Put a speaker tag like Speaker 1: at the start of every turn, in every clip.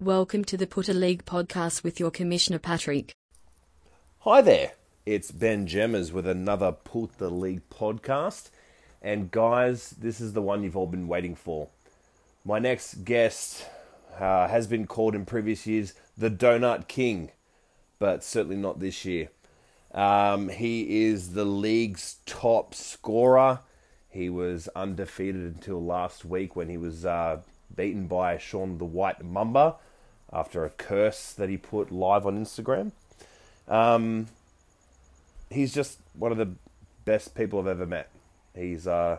Speaker 1: welcome to the Putter League podcast with your commissioner Patrick.
Speaker 2: Hi there, it's Ben Gemmers with another Put the League podcast. And guys, this is the one you've all been waiting for. My next guest uh, has been called in previous years the Donut King, but certainly not this year. Um, he is the league's top scorer. He was undefeated until last week when he was uh, beaten by Sean the White Mumba after a curse that he put live on Instagram. Um, he's just one of the best people I've ever met. He's uh,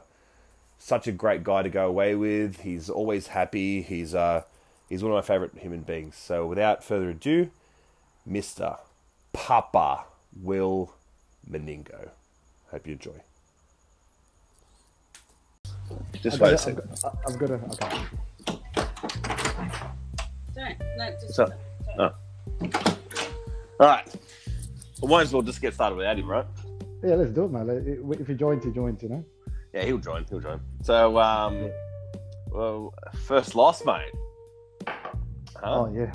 Speaker 2: such a great guy to go away with. He's always happy. He's uh, he's one of my favorite human beings. So without further ado, Mister Papa Will Meningo. Hope you enjoy.
Speaker 3: Just wait a
Speaker 4: I've got it,
Speaker 3: second.
Speaker 4: I've got it. Okay.
Speaker 5: Don't. No, just.
Speaker 3: So- oh. All right. I might as well just get started without him, right?
Speaker 4: Yeah, let's do it, man. Like, i- If you joined, you joined, you know?
Speaker 3: Yeah, he'll join. He'll join. So, um, well, first loss, mate. Huh?
Speaker 4: Oh, yeah.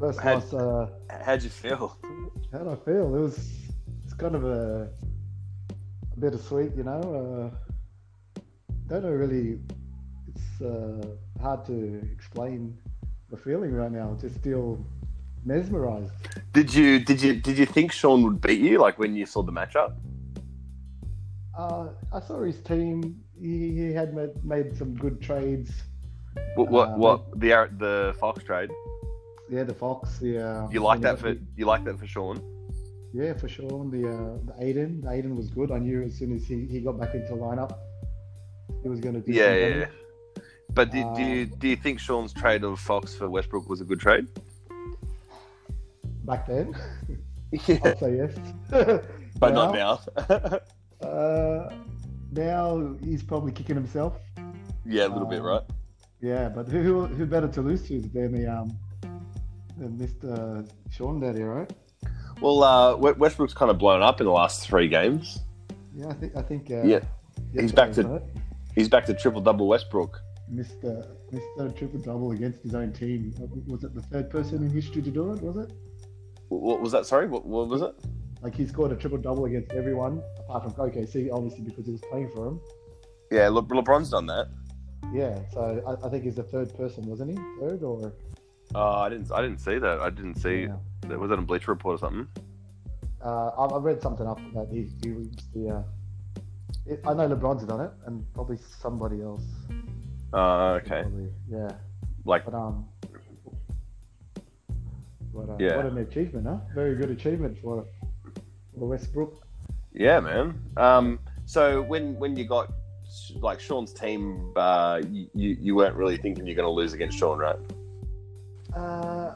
Speaker 4: First
Speaker 3: Had-
Speaker 4: loss, uh,
Speaker 3: How'd you feel?
Speaker 4: how do I feel? It was, it's kind of a, a bittersweet, you know? Uh, don't know really, it's uh, hard to explain the feeling right now. Just still mesmerized.
Speaker 3: Did you did you did you think Sean would beat you? Like when you saw the matchup?
Speaker 4: Uh, I saw his team. He, he had made, made some good trades.
Speaker 3: What what, what the Ar- the Fox trade?
Speaker 4: Yeah, the Fox. The, uh,
Speaker 3: You like
Speaker 4: and
Speaker 3: that for
Speaker 4: the-
Speaker 3: you like that for Sean?
Speaker 4: Yeah, for sure. And the uh, the Aiden, the Aiden was good. I knew as soon as he, he got back into lineup, he was going to do.
Speaker 3: Yeah,
Speaker 4: some
Speaker 3: yeah. yeah.
Speaker 4: damage.
Speaker 3: But do, do
Speaker 4: Uh,
Speaker 3: you do you think Sean's trade of Fox for Westbrook was a good trade?
Speaker 4: Back then,
Speaker 3: Yeah,
Speaker 4: I'd say yes.
Speaker 3: but not now.
Speaker 4: now. Uh, now he's probably kicking himself.
Speaker 3: yeah, a little bit,
Speaker 4: Um,
Speaker 3: right?
Speaker 4: Yeah, but who who, who better to lose to than the um than Mr. Sean Daddy, right?
Speaker 3: Well, uh, We- Westbrook's kind of blown up in the last three games.
Speaker 4: Yeah, I think I think. Uh,
Speaker 3: Yeah, he's back
Speaker 4: yesterday,
Speaker 3: to-
Speaker 4: right?
Speaker 3: He's back to triple double Westbrook.
Speaker 4: Mr. Mr. Triple Double against his own team. Uh, Was it the third person in history to do it? Was it?
Speaker 3: Wh- What was that? Sorry, what, what was it?
Speaker 4: Like he scored a triple double against everyone apart from OKC, obviously because he was playing for him.
Speaker 3: Yeah, Le- LeBron's done that.
Speaker 4: Yeah, so I, I think he's the third person, wasn't he? Third or
Speaker 3: Oh, I didn't. I didn't see that. I didn't see.
Speaker 4: Yeah.
Speaker 3: That. Was that on Bleacher Report or something?
Speaker 4: uh, I, I read something up that he, he was the. Uh, it, I know LeBron's done it, and probably somebody else.
Speaker 3: Uh, okay.
Speaker 4: Probably, yeah,
Speaker 3: Like,
Speaker 4: but um. But, uh,
Speaker 3: Yeah.
Speaker 4: What an achievement, huh? Very good achievement for, for Westbrook.
Speaker 3: yeah, man. Um, so when when you got like Sean's team, uh, you you you weren't really thinking you're going to lose against Sean, right?
Speaker 4: Uh,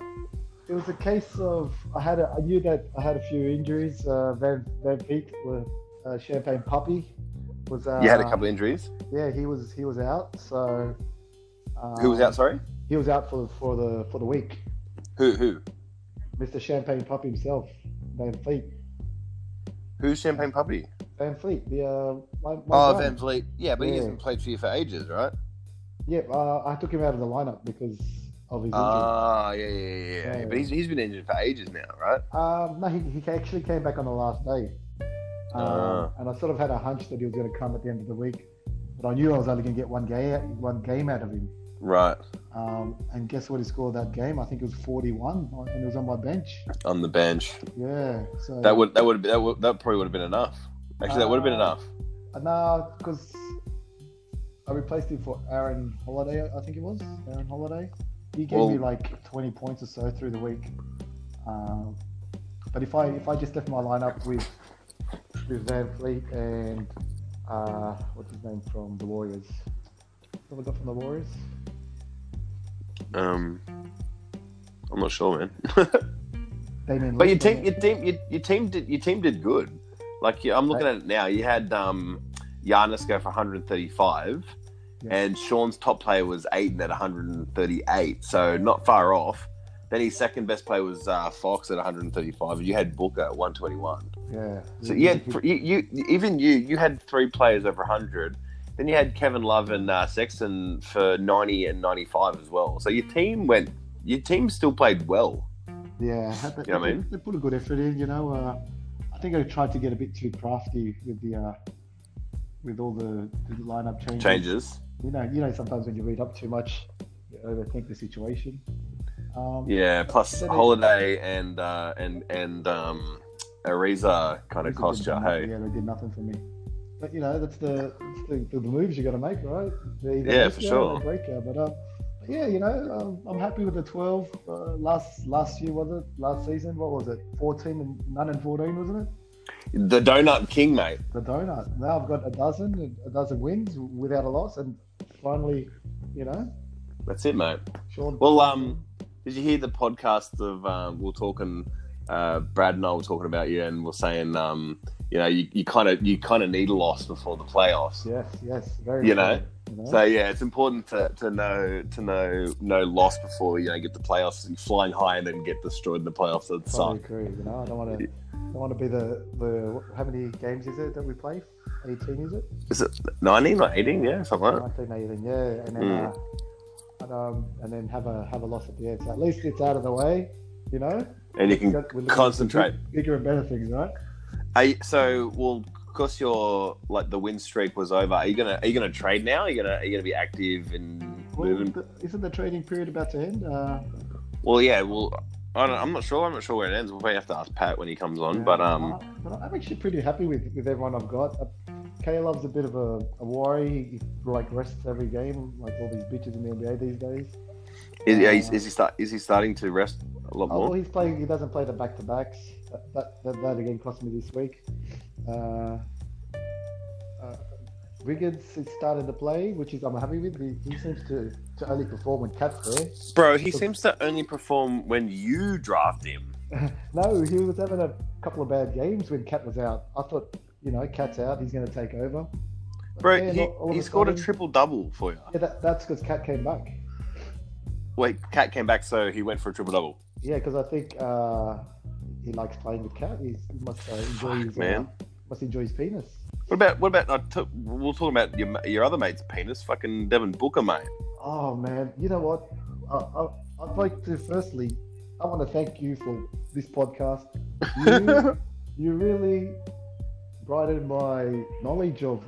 Speaker 4: it was a case of I had a, I knew that I had a few injuries. Uh, Van Van Peek, uh, uh, Champagne Puppy, was uh,
Speaker 3: you had a couple of injuries.
Speaker 4: Yeah, he was he was out. So uh,
Speaker 3: Who was out? Sorry.
Speaker 4: He was out for for the for the week.
Speaker 3: Who who
Speaker 4: Mr. Champagne Puppy himself, Van Fleet.
Speaker 3: who's Champagne Puppy?
Speaker 4: Van Fleet, the uh, my, my
Speaker 3: Oh,
Speaker 4: guy.
Speaker 3: Van Vliet. Yeah, but he
Speaker 4: Yeah.
Speaker 3: hasn't played for you for ages, right?
Speaker 4: Yeah, uh, I took him out of the lineup because of his injury.
Speaker 3: Ah, yeah, yeah, yeah, yeah.
Speaker 4: Yeah.
Speaker 3: But he's, he's been injured for ages now, right?
Speaker 4: Um, no, he, he actually came back on the last day. Um,
Speaker 3: Ah.
Speaker 4: And I sort of had a hunch that he was going to come at the end of the week, but I knew I was only going to get one game, one game out of him.
Speaker 3: Right.
Speaker 4: Um, and guess what he scored that game? I think it was 41, and it was on my bench.
Speaker 3: On the bench.
Speaker 4: Yeah. So
Speaker 3: That would that would that would, that probably would have been enough. Actually, that would have been
Speaker 4: Uh,
Speaker 3: enough.
Speaker 4: no, because I replaced him for Aaron Holiday. I think it was Aaron Holiday. He gave me
Speaker 3: Well-
Speaker 4: like 20 points or so through the week. Um, but if I if I just left my lineup with with Van Fleet and uh, what's his name from the Warriors? What have I got from the Warriors?
Speaker 3: Um, I'm not sure, man.
Speaker 4: Damien.
Speaker 3: but your
Speaker 4: Lillard,
Speaker 3: team, your team, your, your team did your team did good. Like yeah, I'm looking at it now. You had um, Giannis go for 135,
Speaker 4: Yeah.
Speaker 3: and Sean's top player was Aiden at 138, so not far off. Then his second best player was uh, Fox at 135. You had Booker at 121.
Speaker 4: Yeah.
Speaker 3: So you had th- you, you even you you had three players over 100. Then you had Kevin Love and uh, Sexton for 90 and 95 as well. So your team went your team still played well.
Speaker 4: Yeah, but
Speaker 3: You know what I mean?
Speaker 4: they, they put a good effort in. You know, uh, I think I tried to get a bit too crafty with the uh, with all the, the lineup changes.
Speaker 3: Changes.
Speaker 4: You know, you know, sometimes when you read up too much, you overthink the situation. Um,
Speaker 3: Yeah, plus
Speaker 4: They did.
Speaker 3: Holiday and uh, and and um, Ariza kind of
Speaker 4: These are
Speaker 3: cost
Speaker 4: good
Speaker 3: you. Hey,
Speaker 4: numbers. Yeah, they did nothing for me. But you know, that's the that's the, the, the moves you got to make, right? They either
Speaker 3: Yeah,
Speaker 4: miss
Speaker 3: for
Speaker 4: you or
Speaker 3: sure.
Speaker 4: they Break you. But um, yeah, you know, um, I'm happy with the 12. Uh, last last year was it? Last season, what was it? 14 and none and 14, wasn't it?
Speaker 3: the Donut King, mate.
Speaker 4: The donut. Now I've got a dozen a dozen wins without a loss, and finally, you know,
Speaker 3: That's it, mate.
Speaker 4: Sean.
Speaker 3: Well, um, did you hear the podcast of um, we we're talking? Uh, Brad and I were talking about you, and we we're saying, um, you know, you kind of you kind of need a loss before the playoffs.
Speaker 4: yes, yes, very.
Speaker 3: you
Speaker 4: much, you know?
Speaker 3: So yeah, it's important to, to know to know no loss before you know get the playoffs. You're flying high and then get destroyed in the playoffs. That
Speaker 4: Totally
Speaker 3: suck.
Speaker 4: agree. You know, I don't want to. Don't want to be the the. How many games is it that we play? 18, is it?
Speaker 3: Is it 19 or 18? Yeah, something like that.
Speaker 4: 1918, yeah, and then
Speaker 3: Mm.
Speaker 4: uh, and, um, and then have a have a loss at the end. So at least it's out of the way, you know.
Speaker 3: And you
Speaker 4: We're
Speaker 3: can
Speaker 4: looking at
Speaker 3: concentrate.
Speaker 4: big- bigger and better things, right?
Speaker 3: Are you, so, well, because your like the win streak was over. Are you gonna are you gonna trade now? Are you gonna are you gonna be active and
Speaker 4: Well,
Speaker 3: moving?
Speaker 4: th- isn't the trading period about to end? Uh,
Speaker 3: Well, yeah. Well, I don't, I'm not sure. I'm not sure where it ends. We'll probably have to ask Pat when he comes on.
Speaker 4: yeah,
Speaker 3: But um,
Speaker 4: I, but I'm actually pretty happy with, with everyone I've got. Uh, Caleb's a bit of a, a worry. He like rests every game, like all these bitches in the NBA these days.
Speaker 3: is, yeah, is, is he start is he starting to rest a lot
Speaker 4: Oh, well,
Speaker 3: more?
Speaker 4: he's playing. He doesn't play the back to backs. That, that, that that again cost me this week. Uh, uh, Riggins has started to play, which is I'm happy with. He, he seems to, to only perform when Cat's there.
Speaker 3: Bro, he seems to only perform when you draft him.
Speaker 4: no, he was having a couple of bad games when Cat was out. I thought, you know, Cat's out. He's going to take over. But
Speaker 3: Bro,
Speaker 4: then
Speaker 3: he,
Speaker 4: all- all of
Speaker 3: he scored a
Speaker 4: sudden-
Speaker 3: triple double for you.
Speaker 4: Yeah, that, that's because Cat came back.
Speaker 3: Wait, Cat came back, so he went for a triple double.
Speaker 4: Yeah, because I think uh, he likes playing with Cat. He's, he must uh, enjoy his uh,
Speaker 3: man.
Speaker 4: must enjoy his penis.
Speaker 3: What about what about? I took, we'll talk about your your other mate's penis, fucking Devin Booker, mate.
Speaker 4: Oh man, you know what? I, I, I'd like to firstly, I want to thank you for this podcast. You, you really brightened my knowledge of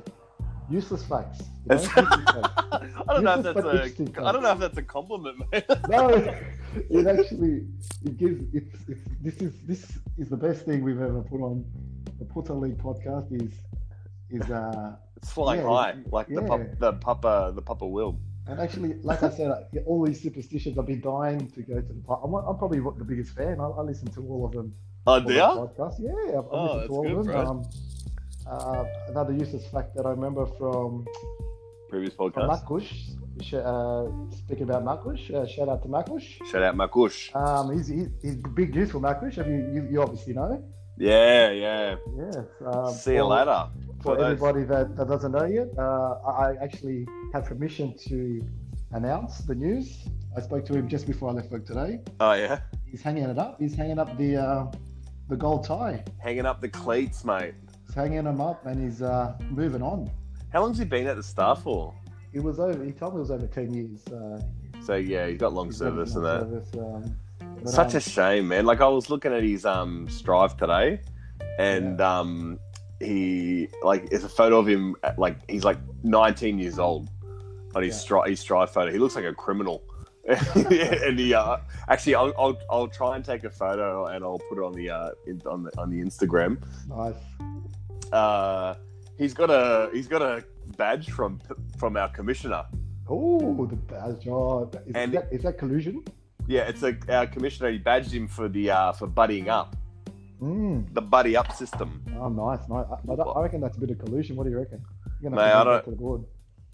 Speaker 4: useless facts. You know?
Speaker 3: That's-
Speaker 4: Useless facts.
Speaker 3: I don't know if
Speaker 4: You're
Speaker 3: that's
Speaker 4: just
Speaker 3: a
Speaker 4: fucking
Speaker 3: I don't know if that's a compliment, mate.
Speaker 4: no, it actually it gives it's, it's this is this is the best thing we've ever put on the Putter League podcast. Is is uh
Speaker 3: It's flying
Speaker 4: Yeah,
Speaker 3: high, like the pup,
Speaker 4: yeah.
Speaker 3: the papa the papa will.
Speaker 4: And actually, like I said, I- yeah, all these superstitions, I've been dying to go to the pod. I'm, I'm probably the biggest fan. I, I listen to all of them.
Speaker 3: Oh,
Speaker 4: all the
Speaker 3: do ya?
Speaker 4: podcasts. Yeah, I've, I've
Speaker 3: Oh,
Speaker 4: listened
Speaker 3: that's
Speaker 4: to all
Speaker 3: good,
Speaker 4: of them.
Speaker 3: bro.
Speaker 4: Um, uh, another useless fact that I remember from,
Speaker 3: Previous
Speaker 4: from
Speaker 3: podcast.
Speaker 4: Makush, sh- uh, speaking about Makush, uh, shout out to Makush.
Speaker 3: Shout out Makush.
Speaker 4: Um, he's, he's, he's big news for Makush. Have you, you, you obviously know.
Speaker 3: Yeah, yeah.
Speaker 4: Yes. Um,
Speaker 3: See you
Speaker 4: for-
Speaker 3: later.
Speaker 4: for
Speaker 3: those-
Speaker 4: everybody that, that doesn't know yet, uh, I I actually have permission to announce the news. I spoke to him just before I left work today.
Speaker 3: Oh yeah,
Speaker 4: He's hanging it up. He's hanging up the uh, the gold tie.
Speaker 3: hanging up the cleats, mate.
Speaker 4: He's hanging them up and he's uh, moving on.
Speaker 3: How long's he been at the star for?
Speaker 4: It was over. He told me it was over ten years. Uh,
Speaker 3: So yeah, he's got long
Speaker 4: he's
Speaker 3: service and
Speaker 4: been in
Speaker 3: that.
Speaker 4: service, um, but,
Speaker 3: Such
Speaker 4: um,
Speaker 3: a shame, man. Like I was looking at his um strive today, and um he like it's a photo of him at, like he's like 19 years old on his
Speaker 4: Yeah.
Speaker 3: strive his strive photo. He looks like a criminal. and he uh, actually, I'll, I'll I'll try and take a photo and I'll put it on the uh in, on the on the Instagram.
Speaker 4: nice.
Speaker 3: Uh, he's got a he's got a badge from from our commissioner.
Speaker 4: Oh, the badge. Oh, is,
Speaker 3: And-
Speaker 4: that, is that collusion?
Speaker 3: Yeah, it's a our commissioner. He badged him for the uh for buddying up
Speaker 4: Mm.
Speaker 3: the buddy up system.
Speaker 4: Oh, nice, nice. I, I don't- I reckon that's a bit of collusion. What do you reckon? You're
Speaker 3: Mate,
Speaker 4: have to
Speaker 3: I
Speaker 4: go back
Speaker 3: don't-
Speaker 4: to the board.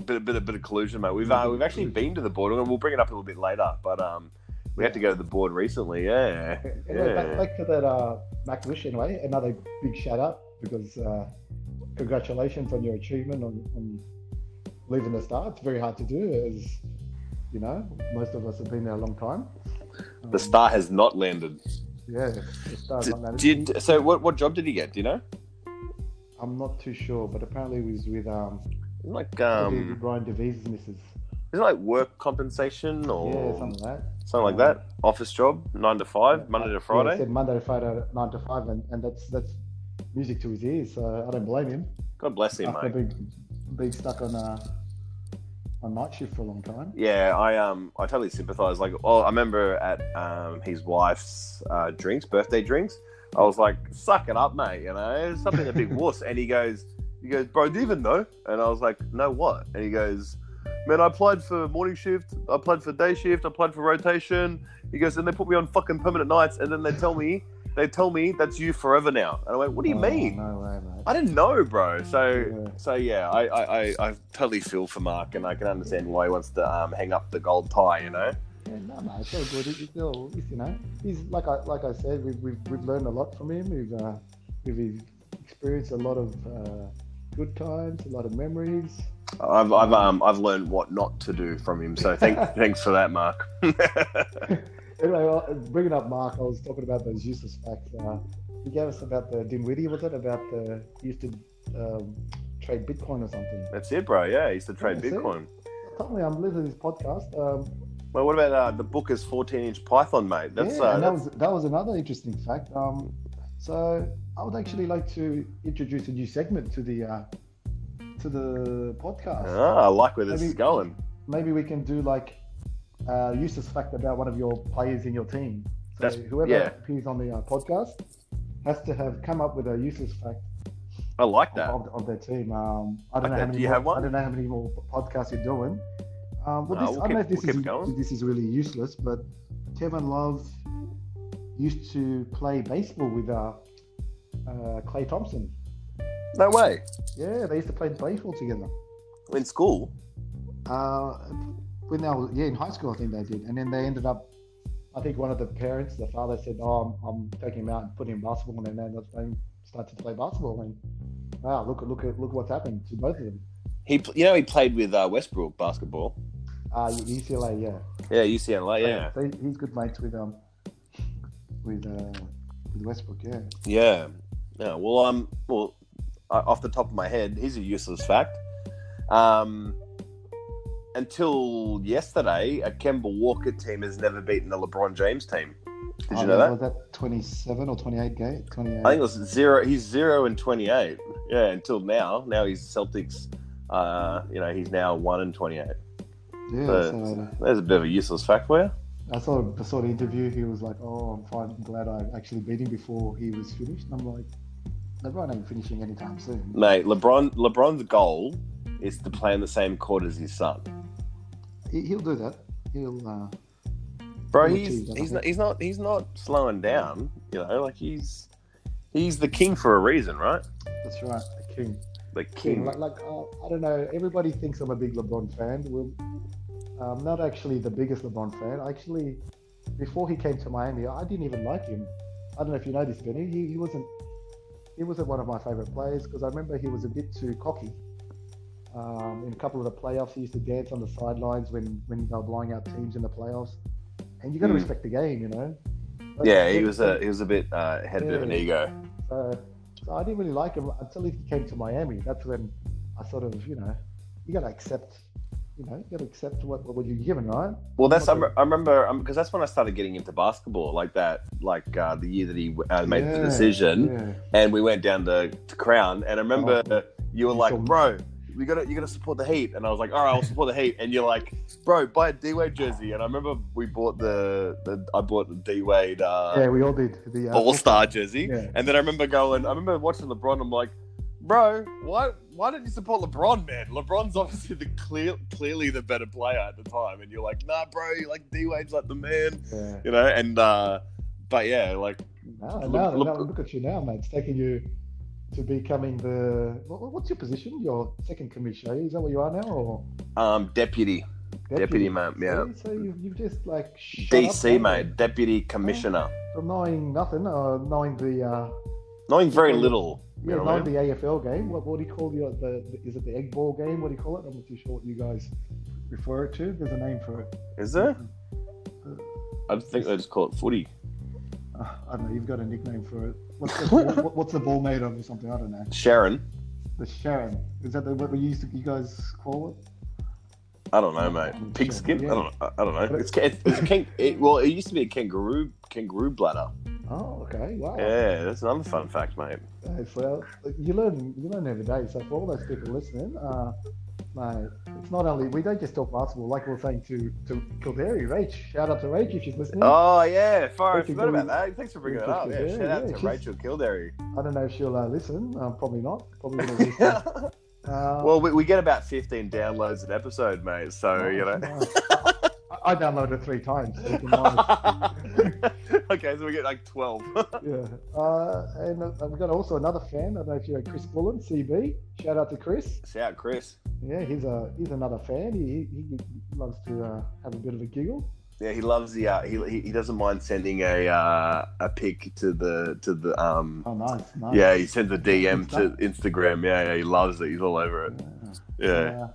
Speaker 3: bit a bit a bit of collusion, mate. We've uh, we've actually
Speaker 4: Mm.
Speaker 3: been to the board, and we'll bring it up a little bit later. But um, we had to go to the board recently. Yeah,
Speaker 4: Anyway, back,
Speaker 3: yeah.
Speaker 4: back to that uh, Mac Wish anyway. Another big shout out because uh, congratulations on your achievement on, on leaving the star. It's very hard to do, as you know, most of us have been there a long time. Um,
Speaker 3: The star has not landed.
Speaker 4: Yeah, the star's
Speaker 3: D-
Speaker 4: not managed.
Speaker 3: Did so? What what job did he get? Do you know?
Speaker 4: I'm not too sure, but apparently it was with um,
Speaker 3: Isn't Like
Speaker 4: um
Speaker 3: um,
Speaker 4: Brian DeVee's missus.
Speaker 3: is it like work compensation
Speaker 4: Yeah,
Speaker 3: or
Speaker 4: something like that.
Speaker 3: something like that. Office job, nine to five, Monday to
Speaker 4: Yeah, he
Speaker 3: Friday.
Speaker 4: said Monday to Friday, nine to five, and, and that's that's music to his ears. So I don't blame him
Speaker 3: God bless him,
Speaker 4: after
Speaker 3: mate.
Speaker 4: being being stuck on uh, on night shift for a long time.
Speaker 3: Yeah, I um, I totally sympathise. Like, oh, I remember at um, his wife's uh, drinks, birthday drinks. I was like, "Suck it up, mate," you know, stop being a big wuss. And he goes, he goes, "Bro, do you even know?" And I was like, "No, what?" And he goes, "Man, I applied for morning shift. I applied for day shift. I applied for rotation." He goes, "And they put me on fucking permanent nights, and then they tell me, they tell me that's you forever now." And I went, "What do you
Speaker 4: Oh,
Speaker 3: mean?"
Speaker 4: No way, mate.
Speaker 3: I didn't know, bro. So,
Speaker 4: Yeah.
Speaker 3: so yeah, I, I, I, I totally feel for Mark, and I can understand why he wants to um, hang up the gold tie. You know,
Speaker 4: Yeah, no, mate, it's all good. It- It's all, it's, you know, he's like I like I said, we've we've, we've learned a lot from him. We've uh, we've experienced a lot of uh, good times, a lot of memories.
Speaker 3: I've, I've, um, I've learned what not to do from him. So, thank, thanks for that, Mark.
Speaker 4: Anyway, well, bringing up Mark, I was talking about those useless facts. Uh, he gave us about the Dinwiddie, was it? About the he used to um, trade Bitcoin or something.
Speaker 3: That's it, bro. Yeah, he used to trade
Speaker 4: That's it.
Speaker 3: Bitcoin.
Speaker 4: Totally, I'm listening to this podcast. Um,
Speaker 3: Well, what about uh, the book is fourteen inch Python, mate? That's
Speaker 4: yeah,
Speaker 3: uh,
Speaker 4: and that was that was another interesting fact. Um, so I would actually like to introduce a new segment to the uh, to the podcast.
Speaker 3: Ah, I like where this
Speaker 4: Maybe-
Speaker 3: is going.
Speaker 4: Maybe we can do like a useless fact about one of your players in your team. So
Speaker 3: That's-
Speaker 4: whoever
Speaker 3: yeah.
Speaker 4: appears on the uh, podcast has to have come up with a useless fact
Speaker 3: I like that.
Speaker 4: of, of their team. Um, I don't
Speaker 3: Okay,
Speaker 4: know how many
Speaker 3: do you
Speaker 4: more,
Speaker 3: have one?
Speaker 4: I don't know how many more podcasts you're doing. Um, well,
Speaker 3: No,
Speaker 4: this,
Speaker 3: we'll
Speaker 4: I don't know if
Speaker 3: keep-
Speaker 4: this
Speaker 3: we'll
Speaker 4: is
Speaker 3: keep going.
Speaker 4: if this is really useless, but Kevin Love used to play baseball with uh, uh, Clay Thompson.
Speaker 3: No way.
Speaker 4: Yeah, they used to play baseball together.
Speaker 3: In school.
Speaker 4: Uh, when they were yeah in high school, I think they did, and then they ended up. I think one of the parents, the father said, "Oh, I'm, I'm taking him out and putting him in basketball," and then they started to play basketball. And wow, look look at look what's happened to both of them.
Speaker 3: He, pl- you know, he played with uh, Westbrook basketball.
Speaker 4: Uh, UCLA, yeah.
Speaker 3: Yeah, UCLA. Yeah,
Speaker 4: So he's good mates with um with uh with Westbrook, yeah.
Speaker 3: Yeah. Yeah. Well, um, well, uh, off the top of my head, here's a useless fact. Um, until yesterday, a Kemba Walker team has never beaten a LeBron James team. Did
Speaker 4: Oh,
Speaker 3: you know that?
Speaker 4: Was that 27 or 28 game? 28.
Speaker 3: I think it was zero. He's zero and twenty-eight. Yeah, until now. Now he's Celtics. Uh, you know, he's now one and twenty-eight.
Speaker 4: yeah,
Speaker 3: uh,
Speaker 4: so uh,
Speaker 3: There's a bit of a useless fact for you.
Speaker 4: I saw I saw the interview. He was like, "Oh, I'm fine. I'm glad I actually beat him before he was finished." And I'm like, "LeBron ain't finishing anytime soon."
Speaker 3: mate. LeBron. LeBron's goal is to play in the same court as his son.
Speaker 4: He, he'll do that. He'll. Uh,
Speaker 3: bro.
Speaker 4: Number
Speaker 3: He's
Speaker 4: two, I
Speaker 3: he's
Speaker 4: think.
Speaker 3: not he's not he's not slowing down. You know, like he's he's the king for a reason, right?
Speaker 4: that's right, the king.
Speaker 3: The
Speaker 4: King.
Speaker 3: king.
Speaker 4: Like, like uh, I don't know. Everybody thinks I'm a big LeBron fan. Well, I'm not actually the biggest LeBron fan. I Actually, before he came to Miami, I didn't even like him. I don't know if you know this, Benny. He, he wasn't he wasn't one of my favorite players because I remember he was a bit too cocky. Um, in a couple of the playoffs, he used to dance on the sidelines when when they were blowing out teams in the playoffs. And you got to
Speaker 3: Hmm.
Speaker 4: respect the game, you know. But-
Speaker 3: Yeah, he was a he was a bit uh, had a bit of an
Speaker 4: Yeah.
Speaker 3: ego.
Speaker 4: so, so Uh, I didn't really like him until he came to Miami. That's when I sort of, you know, you got to accept, you know, you got to accept what, what you're given, right?
Speaker 3: Well, that's I, rem- I remember because that's when I started getting into basketball like that, like uh, the year that he uh, made the
Speaker 4: Yeah,
Speaker 3: decision,
Speaker 4: Yeah.
Speaker 3: and we went down to, to Crown, and I remember
Speaker 4: Oh.
Speaker 3: you were
Speaker 4: You
Speaker 3: like,
Speaker 4: saw me.
Speaker 3: bro. You gotta, you gotta support the Heat, and I was like, "All right, I'll support the Heat." And you're like, "Bro, buy a D Wade jersey." And I remember we bought the, the I bought the D Wade uh,
Speaker 4: yeah, we all did. The, uh,
Speaker 3: All Star jersey.
Speaker 4: Yeah.
Speaker 3: And then I remember going, I remember watching LeBron. I'm like, bro, why why did you support LeBron, man? LeBron's obviously the clear, clearly the better player at the time. And you're like, nah, bro, you like D Wade's like the man,
Speaker 4: yeah.
Speaker 3: you know. And uh, but yeah, like
Speaker 4: Now,
Speaker 3: Look-
Speaker 4: now,
Speaker 3: look-
Speaker 4: now, look at you now, mate. It's taking you to becoming the. what- what- What's your position? Your second commissioner? Is that what you are now? Or
Speaker 3: um, deputy, deputy, mate, yeah.
Speaker 4: See? So you, you've just like. shut up,
Speaker 3: DC,
Speaker 4: haven't you?
Speaker 3: mate, deputy commissioner,
Speaker 4: From knowing nothing, uh, knowing the. Uh,
Speaker 3: knowing very little. You
Speaker 4: Yeah,
Speaker 3: know
Speaker 4: not
Speaker 3: what I mean?
Speaker 4: the AFL game. What, what do you call the, the, the? Is it the egg ball game? What do you call it? I'm not too sure what you guys refer it to. There's a name for it.
Speaker 3: Is there? I think they just call it footy.
Speaker 4: Uh, I don't know. You've got a nickname for it. What's the, what, what's the ball made of or something? I don't know.
Speaker 3: Sharon.
Speaker 4: The Sharon. Is that the, what we used to, you guys call it?
Speaker 3: I don't know, mate. Pigskin? I don't. I don't know. It's, it's, it's kang- it, well, it used to be a kangaroo kangaroo bladder.
Speaker 4: Oh, okay. Wow.
Speaker 3: Yeah, that's another fun fact, mate.
Speaker 4: Nice. Well, you learn you learn every day. So for all those people listening, uh, mate, it's not only we don't just talk basketball. Like we were saying to to Kildare, Rach. Shout out to Rach if she's listening.
Speaker 3: Oh yeah, far, I
Speaker 4: Thank you,
Speaker 3: forgot about
Speaker 4: Gordon.
Speaker 3: that. Thanks for bringing it
Speaker 4: Thank
Speaker 3: up.
Speaker 4: you,
Speaker 3: Yeah,
Speaker 4: yeah,
Speaker 3: shout out
Speaker 4: yeah,
Speaker 3: to
Speaker 4: she's-
Speaker 3: Rachel Kildary.
Speaker 4: I don't know if she'll uh, listen. Uh, probably not. Probably not. Listen. Uh,
Speaker 3: well, we, we get about fifteen downloads an episode, mate. So
Speaker 4: no,
Speaker 3: you know.
Speaker 4: no. oh, I, I downloaded it three times. so it's mine.
Speaker 3: okay, so we get like twelve.
Speaker 4: yeah. Uh, and uh, we've got also another fan. I don't know if you know Chris Bullen, CB. Shout out to Chris.
Speaker 3: shout out, Chris.
Speaker 4: Yeah, he's a he's another fan. He he, he loves to uh, have a bit of a giggle.
Speaker 3: Yeah, he loves the. Uh, he he- he doesn't mind sending a uh, a pic to the to the um.
Speaker 4: Oh, nice, nice.
Speaker 3: Yeah, he sends a DM to Instagram. Yeah, yeah, he loves it. He's all over it.
Speaker 4: Yeah.
Speaker 3: Yeah,
Speaker 4: Uh,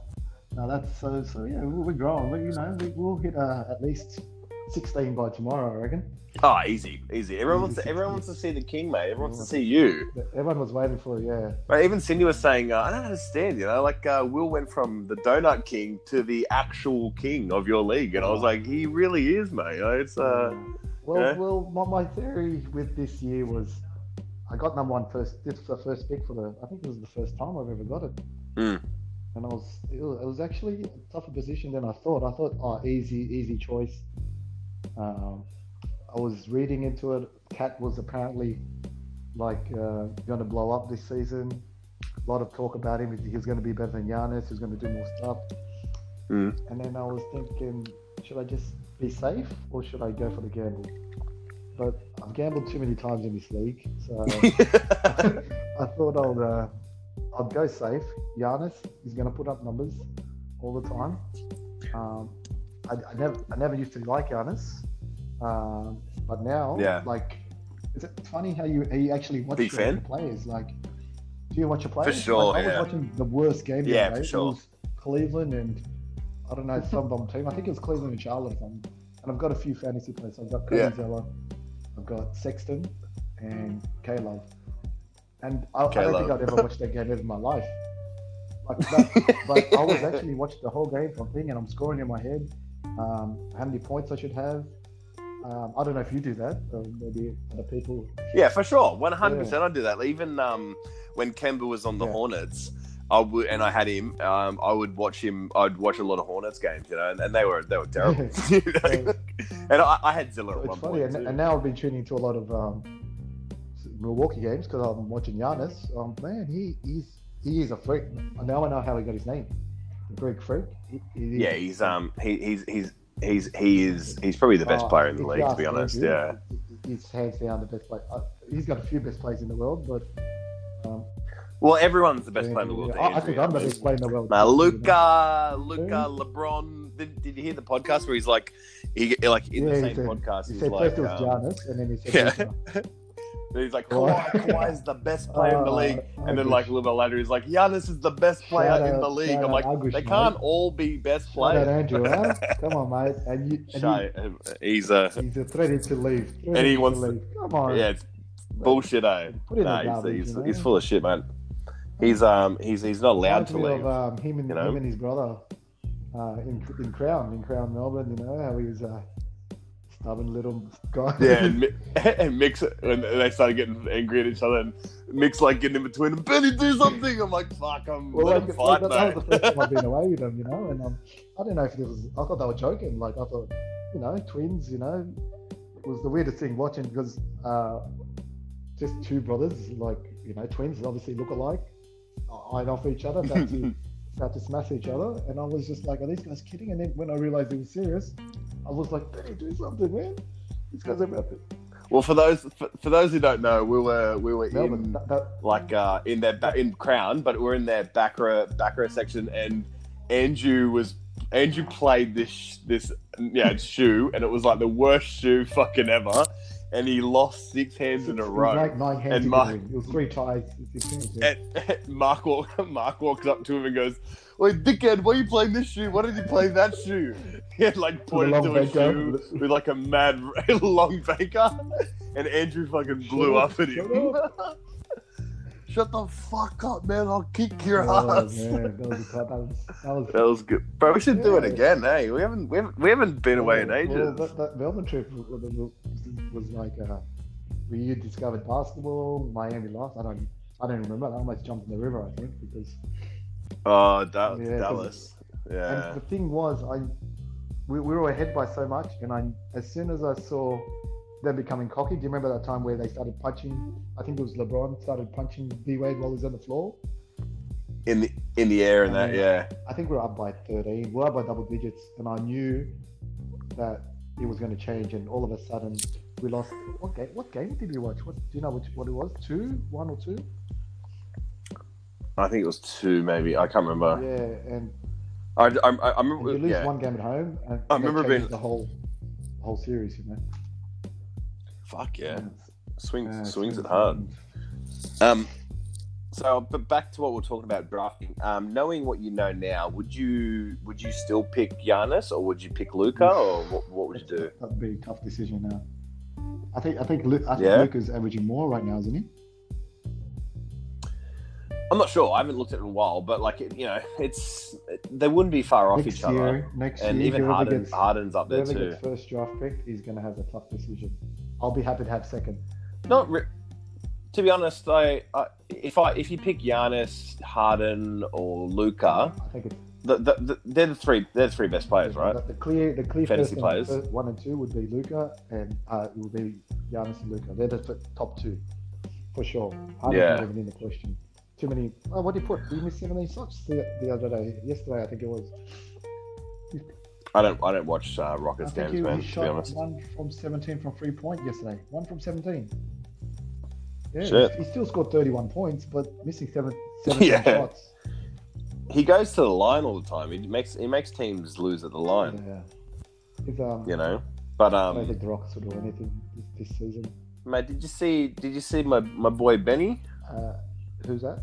Speaker 4: no, that's so. So yeah, we- we're growing. We, you know, we, we'll hit uh, at least sixteen by tomorrow. I reckon.
Speaker 3: oh, easy, easy. Everyone wants to, everyone wants to see the king, mate. Everyone wants to see you.
Speaker 4: But Everyone was waiting for it, yeah.
Speaker 3: Right, even Cindy was saying, uh, I don't understand, you know, like uh, Will went from the donut king to the actual king of your league, and I was
Speaker 4: Oh.
Speaker 3: like, he really is, mate. You know, It's uh,
Speaker 4: well,
Speaker 3: yeah.
Speaker 4: well, my, my theory with this year was I got number one first. This was the first pick for the. I think it was the first time I've ever got it.
Speaker 3: Mm.
Speaker 4: And I was it, was it was actually a tougher position than I thought. I thought, oh, easy, easy choice. Um, I was reading into it. Cat was apparently like uh, going to blow up this season. A lot of talk about him. He was going to be better than Giannis. He was going to do more stuff.
Speaker 3: Mm.
Speaker 4: And then I was thinking, should I just be safe or should I go for the gamble? But I've gambled too many times in this league, so I thought I'll uh, I'll go safe. Giannis is going to put up numbers all the time. Um, I, I never I never used to like Giannis, um, but now
Speaker 3: Yeah.
Speaker 4: like it's it's funny how you how you actually watch
Speaker 3: Big
Speaker 4: your
Speaker 3: fan.
Speaker 4: players like. Do you watch your players?
Speaker 3: sure,
Speaker 4: Like, I was
Speaker 3: yeah.
Speaker 4: watching the worst game. the
Speaker 3: Yeah,
Speaker 4: other
Speaker 3: for
Speaker 4: day. It
Speaker 3: sure.
Speaker 4: was Cleveland and I don't know some bomb team. I think it was Cleveland and Charlotte. Or something. And I've got a few fantasy players. I've got Cody
Speaker 3: Yeah.
Speaker 4: Zeller, I've got Sexton, and K Love. And I, I don't
Speaker 3: K-Love.
Speaker 4: think I'd ever watched that game ever in my life. Like that, but I was actually watching the whole game from thing, and I'm scoring in my head um, how many points I should have. Um, I don't know if you do that, or maybe other people.
Speaker 3: yeah, for sure, one hundred percent. I do that. Even um, when Kemba was on the
Speaker 4: Yeah.
Speaker 3: Hornets, I would, and I had him. Um, I would watch him. I'd watch a lot of Hornets games, you know, and, and they were they were terrible. and I, I had Zilla at
Speaker 4: It's
Speaker 3: one
Speaker 4: funny,
Speaker 3: point.
Speaker 4: and,
Speaker 3: too.
Speaker 4: and now I've been tuning into a lot of um, Milwaukee games because I'm watching Giannis. Um, man, he he's he is a freak. Now I know how he got his name, the Greek freak. He- he is-
Speaker 3: yeah, he's um, he, he's he's he's he is he's probably the best
Speaker 4: Oh,
Speaker 3: player in the
Speaker 4: if
Speaker 3: league,
Speaker 4: you
Speaker 3: to be
Speaker 4: ask me,
Speaker 3: honest.
Speaker 4: dude,
Speaker 3: Yeah.
Speaker 4: he's hands down the best player. Uh, he's got a few best players in the world, but um,
Speaker 3: Well, everyone's the best player in the
Speaker 4: yeah,
Speaker 3: world. to
Speaker 4: I, I
Speaker 3: Andrew,
Speaker 4: think I'm the
Speaker 3: mean.
Speaker 4: best player in the world.
Speaker 3: Now,
Speaker 4: You know? Mm-hmm.
Speaker 3: Luca, Luca, LeBron. Did, did you hear the podcast where he's like, he like in
Speaker 4: Yeah,
Speaker 3: the
Speaker 4: he
Speaker 3: same
Speaker 4: said-
Speaker 3: podcast,
Speaker 4: He
Speaker 3: he's
Speaker 4: said
Speaker 3: like,
Speaker 4: first it was
Speaker 3: um,
Speaker 4: Giannis, and then he said,
Speaker 3: yeah.
Speaker 4: Luka.
Speaker 3: he's like,
Speaker 4: What?
Speaker 3: Kawhi, Kawhi is the best player in the
Speaker 4: Oh,
Speaker 3: league, and then
Speaker 4: Ugrish.
Speaker 3: like a little bit later, he's like, Giannis is the best player
Speaker 4: Shout
Speaker 3: in
Speaker 4: out-
Speaker 3: the league.
Speaker 4: shout
Speaker 3: I'm
Speaker 4: out
Speaker 3: like,
Speaker 4: Ugrish,
Speaker 3: they
Speaker 4: mate.
Speaker 3: can't all be best
Speaker 4: Shout out
Speaker 3: players.
Speaker 4: Andrew, huh? Come on, mate. And you, and you,
Speaker 3: Shy- he's a
Speaker 4: he's a threat to leave. Threatened
Speaker 3: And he
Speaker 4: to
Speaker 3: wants to-
Speaker 4: leave. Come on.
Speaker 3: yeah, it's bullshit. Eh?
Speaker 4: Put it in
Speaker 3: Nah,
Speaker 4: the
Speaker 3: he's-
Speaker 4: garbage,
Speaker 3: he's,
Speaker 4: you know?
Speaker 3: he's full of shit, man. He's um he's he's not allowed
Speaker 4: Reminds
Speaker 3: to
Speaker 4: me
Speaker 3: leave.
Speaker 4: Of, um, him, and,
Speaker 3: you know?
Speaker 4: him and his brother uh, in, in Crown, in Crown Melbourne, you know, how he was a stubborn little guy.
Speaker 3: Yeah, and, Mi- and Mick's and they started getting angry at each other, and Mick's like getting in between them. Benny, do something! I'm like, fuck, I'm
Speaker 4: Well,
Speaker 3: let
Speaker 4: like,
Speaker 3: him
Speaker 4: it's
Speaker 3: fight,
Speaker 4: like, that, that was the
Speaker 3: mate.
Speaker 4: first time I've been away with them, you know. And um, I don't know if it was. I thought they were joking. Like I thought, you know, twins. You know, it was the weirdest thing watching because uh, just two brothers, like you know, twins, obviously look alike, eyeing off each other, about to about to smash each other. And I was just like, are these guys kidding? And then when I realized it was serious, I was like, Benny, do something, man. These guys are about to.
Speaker 3: Well, for those for, for those who don't know, we were we were
Speaker 4: Melbourne,
Speaker 3: in
Speaker 4: that, that,
Speaker 3: like uh in their ba- in Crown, but we're in their back row back
Speaker 4: Mm-hmm.
Speaker 3: row section, and Andrew was Andrew played this sh- this yeah shoe, and it was like the worst shoe fucking ever, and he lost six hands in a
Speaker 4: it was
Speaker 3: row.
Speaker 4: Like nine hands.
Speaker 3: And
Speaker 4: he
Speaker 3: my-
Speaker 4: could win. It was three ties. Six hands, yeah.
Speaker 3: And, and Mark, walk, Mark walks up to him and goes, Wait, dickhead, why are you playing this shoe? Why did you play that shoe? He had like pointed
Speaker 4: long
Speaker 3: to a
Speaker 4: banker.
Speaker 3: shoe with like a mad long banker. And Andrew fucking blew
Speaker 4: Shut
Speaker 3: up
Speaker 4: up,
Speaker 3: at him.
Speaker 4: shut
Speaker 3: Shut, Shut the fuck up, man! I'll kick your
Speaker 4: Oh,
Speaker 3: ass.
Speaker 4: man, that was a clap. That was, that was
Speaker 3: That was good, bro. We should do it
Speaker 4: Yeah.
Speaker 3: again, hey. We haven't we haven't, we haven't been away in
Speaker 4: Well,
Speaker 3: ages.
Speaker 4: that, that Melbourne trip w- w- w- was like uh, where you discovered basketball, Miami lost. I don't, I don't remember. I almost jumped in the river, I think, because.
Speaker 3: Oh, Dal-
Speaker 4: Yeah, 'cause-
Speaker 3: Dallas. Yeah.
Speaker 4: And the thing was, I, we, we were ahead by so much, and I, as soon as I saw them becoming cocky, do you remember that time where they started punching? I think it was LeBron started punching D Wade while he was on the floor.
Speaker 3: In the in the air and that,
Speaker 4: And-
Speaker 3: yeah.
Speaker 4: I think we were up by 13. We were up by double digits, and I knew that it was going to change. And all of a sudden, we lost. What game? What game did we watch? What do you know? Which what it was? Two, one or two?
Speaker 3: I think it was two, maybe. I can't remember.
Speaker 4: Yeah, and,
Speaker 3: I, I, I, I
Speaker 4: and you
Speaker 3: remember.
Speaker 4: lose
Speaker 3: Yeah.
Speaker 4: one game at home. And
Speaker 3: I
Speaker 4: that
Speaker 3: remember
Speaker 4: changes
Speaker 3: being-
Speaker 4: the whole, the whole series, you know.
Speaker 3: Fuck yeah.
Speaker 4: And,
Speaker 3: Swings
Speaker 4: uh,
Speaker 3: swings it hard. Um, so, but back to what we we're talking about drafting. Um, knowing what you know now, would you would you still pick Giannis or would you pick Luca or what, what would you do?
Speaker 4: That'd be a tough decision now. I think I think Luke, I think
Speaker 3: Yeah.
Speaker 4: Luca's averaging more right now, isn't he?
Speaker 3: I'm not sure. I haven't looked at it in a while, but like it, you know, it's they wouldn't be far off
Speaker 4: next
Speaker 3: each
Speaker 4: year,
Speaker 3: other.
Speaker 4: next
Speaker 3: And
Speaker 4: year,
Speaker 3: even
Speaker 4: whoever
Speaker 3: Harden,
Speaker 4: gets-
Speaker 3: Harden's up there
Speaker 4: Whoever
Speaker 3: too.
Speaker 4: gets first draft pick is going to have a tough decision. I'll be happy to have second.
Speaker 3: Not re- to be honest, I, I if I if you pick Giannis, Harden, or Luca,
Speaker 4: I think it's
Speaker 3: the, the, the, they're the three they're the three best players, right?
Speaker 4: The clear, the clear
Speaker 3: Fantasy
Speaker 4: first and
Speaker 3: players.
Speaker 4: first one and two would be Luca, and uh, it would be Giannis and Luca. They're the t- top two for sure. I don't
Speaker 3: Yeah.
Speaker 4: have even in the question. Too many. Oh, what did you put? Did you miss so many socks the, the other day? Yesterday, I think it was.
Speaker 3: I don't I don't watch uh,
Speaker 4: I
Speaker 3: Rockets
Speaker 4: think
Speaker 3: games,
Speaker 4: he,
Speaker 3: man.
Speaker 4: he
Speaker 3: To be
Speaker 4: shot
Speaker 3: honest,
Speaker 4: one from 17 from three point yesterday. One from 17. Yeah,
Speaker 3: Shit.
Speaker 4: he still scored 31 points, but missing seven, 17
Speaker 3: Yeah.
Speaker 4: shots.
Speaker 3: he goes to the line all the time. He makes he makes teams lose at the line,
Speaker 4: Yeah. If, um,
Speaker 3: you know. But
Speaker 4: I don't
Speaker 3: um,
Speaker 4: think the Rockets will do anything this, this season.
Speaker 3: mate, did you see did you see my, my boy Benny
Speaker 4: Uh, who's that?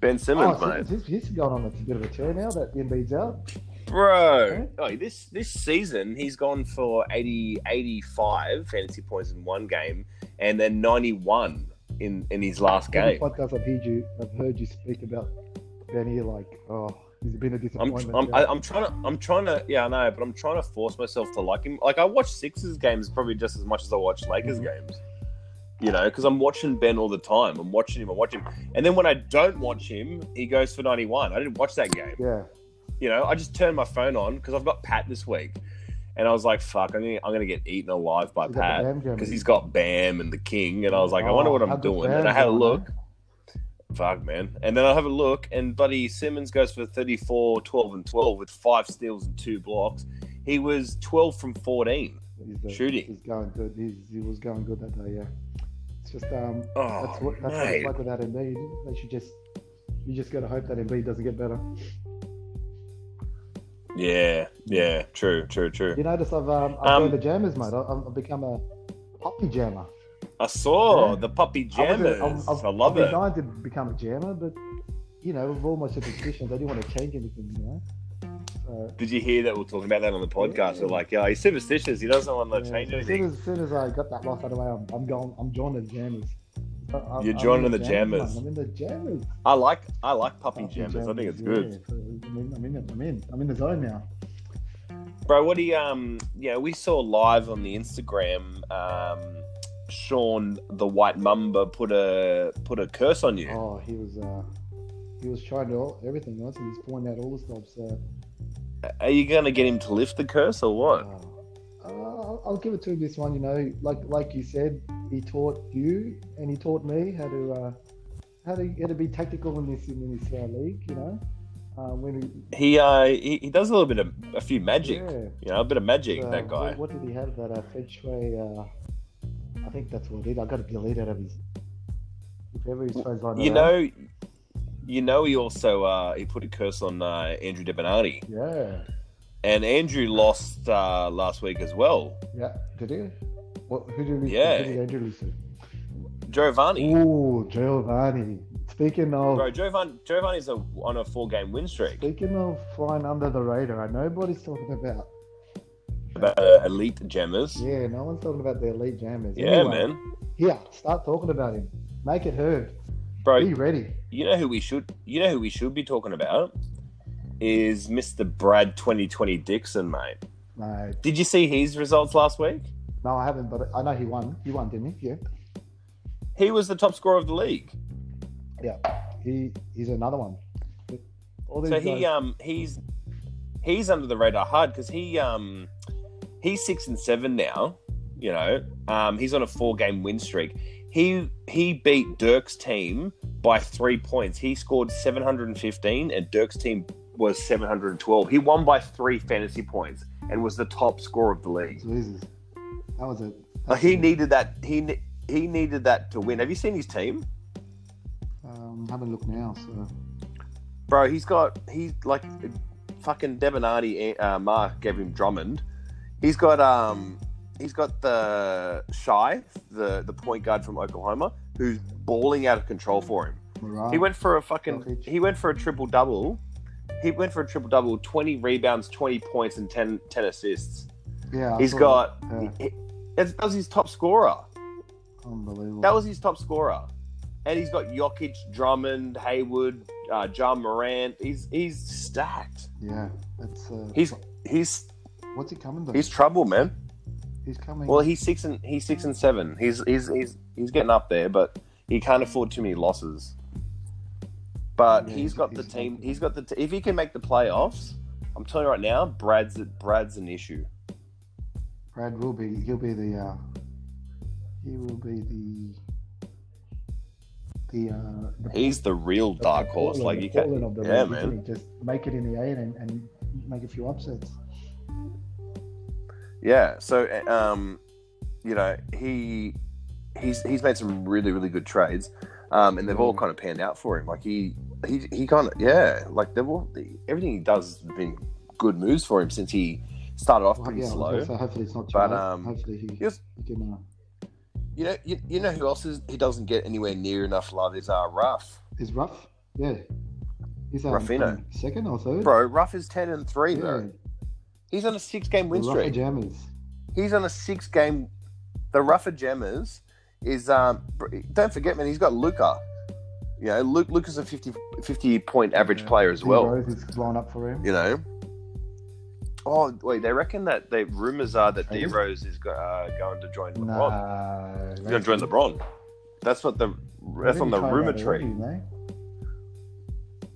Speaker 3: Ben Simmons,
Speaker 4: oh,
Speaker 3: mate?
Speaker 4: This, this is going on a bit of a tear now that Embiid's out.
Speaker 3: Bro, oh, this this season he's gone for 80, 85 fantasy points in one game, and then ninety one in in his last
Speaker 4: Every
Speaker 3: game.
Speaker 4: podcast I've heard you, I've heard you speak about Benny, like, oh, he's been a
Speaker 3: I'm,
Speaker 4: disappointment.
Speaker 3: I'm,
Speaker 4: yeah.
Speaker 3: I- I'm trying to, I'm trying to, yeah, I know, but I'm trying to force myself to like him. Like I watch Sixers games probably just as much as I watch Lakers
Speaker 4: Mm-hmm.
Speaker 3: games, you know, because I'm watching Ben all the time. I'm watching him, I watch him, and then when I don't watch him, he goes for 91. I didn't watch that game,
Speaker 4: yeah.
Speaker 3: you know. I just turned my phone on because I've got Pat this week, and I was like, fuck, I'm gonna, I'm gonna get eaten alive by
Speaker 4: He's got the
Speaker 3: Pat
Speaker 4: Bam game.
Speaker 3: because he's got Bam and the King, and I was like, I
Speaker 4: Oh,
Speaker 3: wonder what I'm
Speaker 4: how'd the
Speaker 3: doing,
Speaker 4: Bam
Speaker 3: and I had a
Speaker 4: going,
Speaker 3: look.
Speaker 4: eh?
Speaker 3: Fuck, man. And then I have a look, and buddy Simmons goes for 34, 12, and 12 with five steals and two blocks. He was 12 from 14.
Speaker 4: He's the-
Speaker 3: Shooting.
Speaker 4: He's going good. He's, he was going good that day, yeah. It's just, um,
Speaker 3: Oh,
Speaker 4: that's what, that's what
Speaker 3: mate.
Speaker 4: it's like without Embiid. They should just, you just got to hope that Embiid doesn't get better.
Speaker 3: Yeah, yeah, true, true, true.
Speaker 4: You notice I've, um, I've
Speaker 3: Um,
Speaker 4: joined the jammers, mate. I- I've, I've become a poppy jammer.
Speaker 3: I saw
Speaker 4: Yeah.
Speaker 3: the puppy
Speaker 4: I was
Speaker 3: jammers.
Speaker 4: a-
Speaker 3: I,
Speaker 4: I've- I've-
Speaker 3: love
Speaker 4: I've
Speaker 3: it.
Speaker 4: Designed to become a jammer, but you know, with all my superstitions, I didn't want to change anything. You know, so,
Speaker 3: Did you hear that? We're talking about that on the podcast. We're like, yeah, he's superstitious. He doesn't want to
Speaker 4: yeah,
Speaker 3: change
Speaker 4: so as, soon
Speaker 3: anything.
Speaker 4: as, as soon as I got that loss out of the way, I'm, I'm going. I'm joining the jammers. I- I-
Speaker 3: You're
Speaker 4: I'm
Speaker 3: joining
Speaker 4: in
Speaker 3: the jammers.
Speaker 4: mate. I'm in the jammers.
Speaker 3: I like, I like puppy
Speaker 4: Fucking
Speaker 3: jammers. I think it's
Speaker 4: jammers,
Speaker 3: good.
Speaker 4: yeah. So, I'm in. I'm in. I'm in. I'm in the zone now.
Speaker 3: bro what do you um yeah we saw live on the instagram um sean the white mumba put a put a curse on you
Speaker 4: Oh, he was. Uh, he was trying to all, everything. Honestly, he's pulling out all the stops. uh, So,
Speaker 3: are you gonna get him to lift the curse or what
Speaker 4: Uh, I'll, I'll give it to him this one. You know, like like you said, he taught you and he taught me how to uh, how to how to be tactical in this in this uh, league. You know, uh, when he,
Speaker 3: he uh he, he does a little bit of a few magic
Speaker 4: Yeah.
Speaker 3: you know a bit of magic
Speaker 4: uh,
Speaker 3: that guy
Speaker 4: What, what did he have? That uh, Feng Shui. Uh, I think that's what he did. I got to delete out of his. If ever his phone's lying
Speaker 3: you
Speaker 4: around.
Speaker 3: know you know he also uh he put a curse on uh andrew debonati
Speaker 4: Yeah.
Speaker 3: and andrew lost uh last week as well
Speaker 4: Yeah. Did he? What? Who did he?
Speaker 3: Yeah.
Speaker 4: Who did he introduce him?
Speaker 3: giovanni
Speaker 4: Ooh, Giovanni. Speaking of.
Speaker 3: bro giovanni giovanni's a, on a four game win streak
Speaker 4: Speaking of flying under the radar, nobody's talking about.
Speaker 3: about uh, elite jammers
Speaker 4: Yeah, no one's talking about the elite jammers.
Speaker 3: Yeah,
Speaker 4: Anyway,
Speaker 3: man.
Speaker 4: Yeah, start talking about him. Make it heard.
Speaker 3: bro.
Speaker 4: Be ready.
Speaker 3: You know who we should. You know who we should be talking about is Mr. Brad Twenty Twenty Dixon, mate.
Speaker 4: No,
Speaker 3: Did you see his results last week?
Speaker 4: no, I haven't. But I know he won. He won, didn't he? Yeah.
Speaker 3: He was the top scorer of the league.
Speaker 4: Yeah. He he's another one. But All these
Speaker 3: So he
Speaker 4: guys-
Speaker 3: um he's he's under the radar hard because he um he's six and seven now. You know, um, he's on a four game win streak. He he beat Dirk's team by three points. He scored seven hundred and fifteen, and Dirk's team was seven hundred and twelve. He won by three fantasy points and was the top scorer of the league.
Speaker 4: Jesus. That was it.
Speaker 3: Like, Oh, he needed that. He ne- he needed that to win. Have you seen his team?
Speaker 4: Um, have a look now. So
Speaker 3: bro. He's got he's like fucking Debonati. Uh, Mark gave him Drummond. He's got um he's got the shy the the point guard from Oklahoma who's balling out of control for him.
Speaker 4: Morale.
Speaker 3: He went for a fucking
Speaker 4: Jokic.
Speaker 3: he went for a triple double. He went for a triple double, twenty rebounds, twenty points, and 10, 10 assists.
Speaker 4: Yeah. I
Speaker 3: He's
Speaker 4: saw
Speaker 3: got
Speaker 4: that. Yeah,
Speaker 3: he- that was his top scorer.
Speaker 4: unbelievable.
Speaker 3: That was his top scorer. And he's got Jokic, Drummond, Hayward, uh, John Morant. He's he's stacked.
Speaker 4: Yeah. That's. Uh,
Speaker 3: He's he's
Speaker 4: What's he coming to?
Speaker 3: he's trouble, man.
Speaker 4: He's coming.
Speaker 3: Well, he's six and he's six and seven. He's he's he's he's getting up there, but he can't afford too many losses. But
Speaker 4: Yeah,
Speaker 3: he's
Speaker 4: he's-
Speaker 3: got the
Speaker 4: he's-
Speaker 3: team. He's got the. T- if he can make the playoffs, I'm telling you right now, Brad's Brad's an issue.
Speaker 4: Brad will be. He'll be the. Uh, he will be the. The. Uh, the
Speaker 3: He's the real dark
Speaker 4: the
Speaker 3: horse.
Speaker 4: Portland-
Speaker 3: Like
Speaker 4: the
Speaker 3: you can,
Speaker 4: Portland of the
Speaker 3: yeah,
Speaker 4: league,
Speaker 3: man.
Speaker 4: isn't he? Just make it in the eight and, and make a few upsets.
Speaker 3: Yeah. So, uh, um, you know, he he's he's made some really really good trades, um, and they've all
Speaker 4: Mm-hmm.
Speaker 3: kind of panned out for him. Like he he he kind of yeah, like they've all everything he does has been good moves for him since he started off
Speaker 4: Well,
Speaker 3: pretty
Speaker 4: yeah, I was
Speaker 3: slow.
Speaker 4: gonna say, hopefully it's not too
Speaker 3: But,
Speaker 4: late.
Speaker 3: um,
Speaker 4: hopefully he,
Speaker 3: Yes.
Speaker 4: he can. Uh,
Speaker 3: You know, you, you know who else is he doesn't get anywhere near enough love is uh Ruff.
Speaker 4: is rough. Yeah. He's um,
Speaker 3: Ruffino.
Speaker 4: um, second or third.
Speaker 3: Bro, Ruff is ten and three
Speaker 4: yeah.
Speaker 3: though. He's on a six game
Speaker 4: The
Speaker 3: win
Speaker 4: Rougher
Speaker 3: streak.
Speaker 4: Jammers.
Speaker 3: He's on a six game. The rougher jammers is um. br- Don't forget, man. He's got Luca. You know, Luke Luca's a 50, 50 point average
Speaker 4: Yeah.
Speaker 3: player as
Speaker 4: Tim
Speaker 3: well.
Speaker 4: Rose is blown up for him.
Speaker 3: You know. Oh wait, they reckon that the rumors are that D
Speaker 4: Really?
Speaker 3: Rose is go, uh, going to join LeBron.
Speaker 4: Nah.
Speaker 3: He's going to join LeBron. That's what the that's on the rumor tree.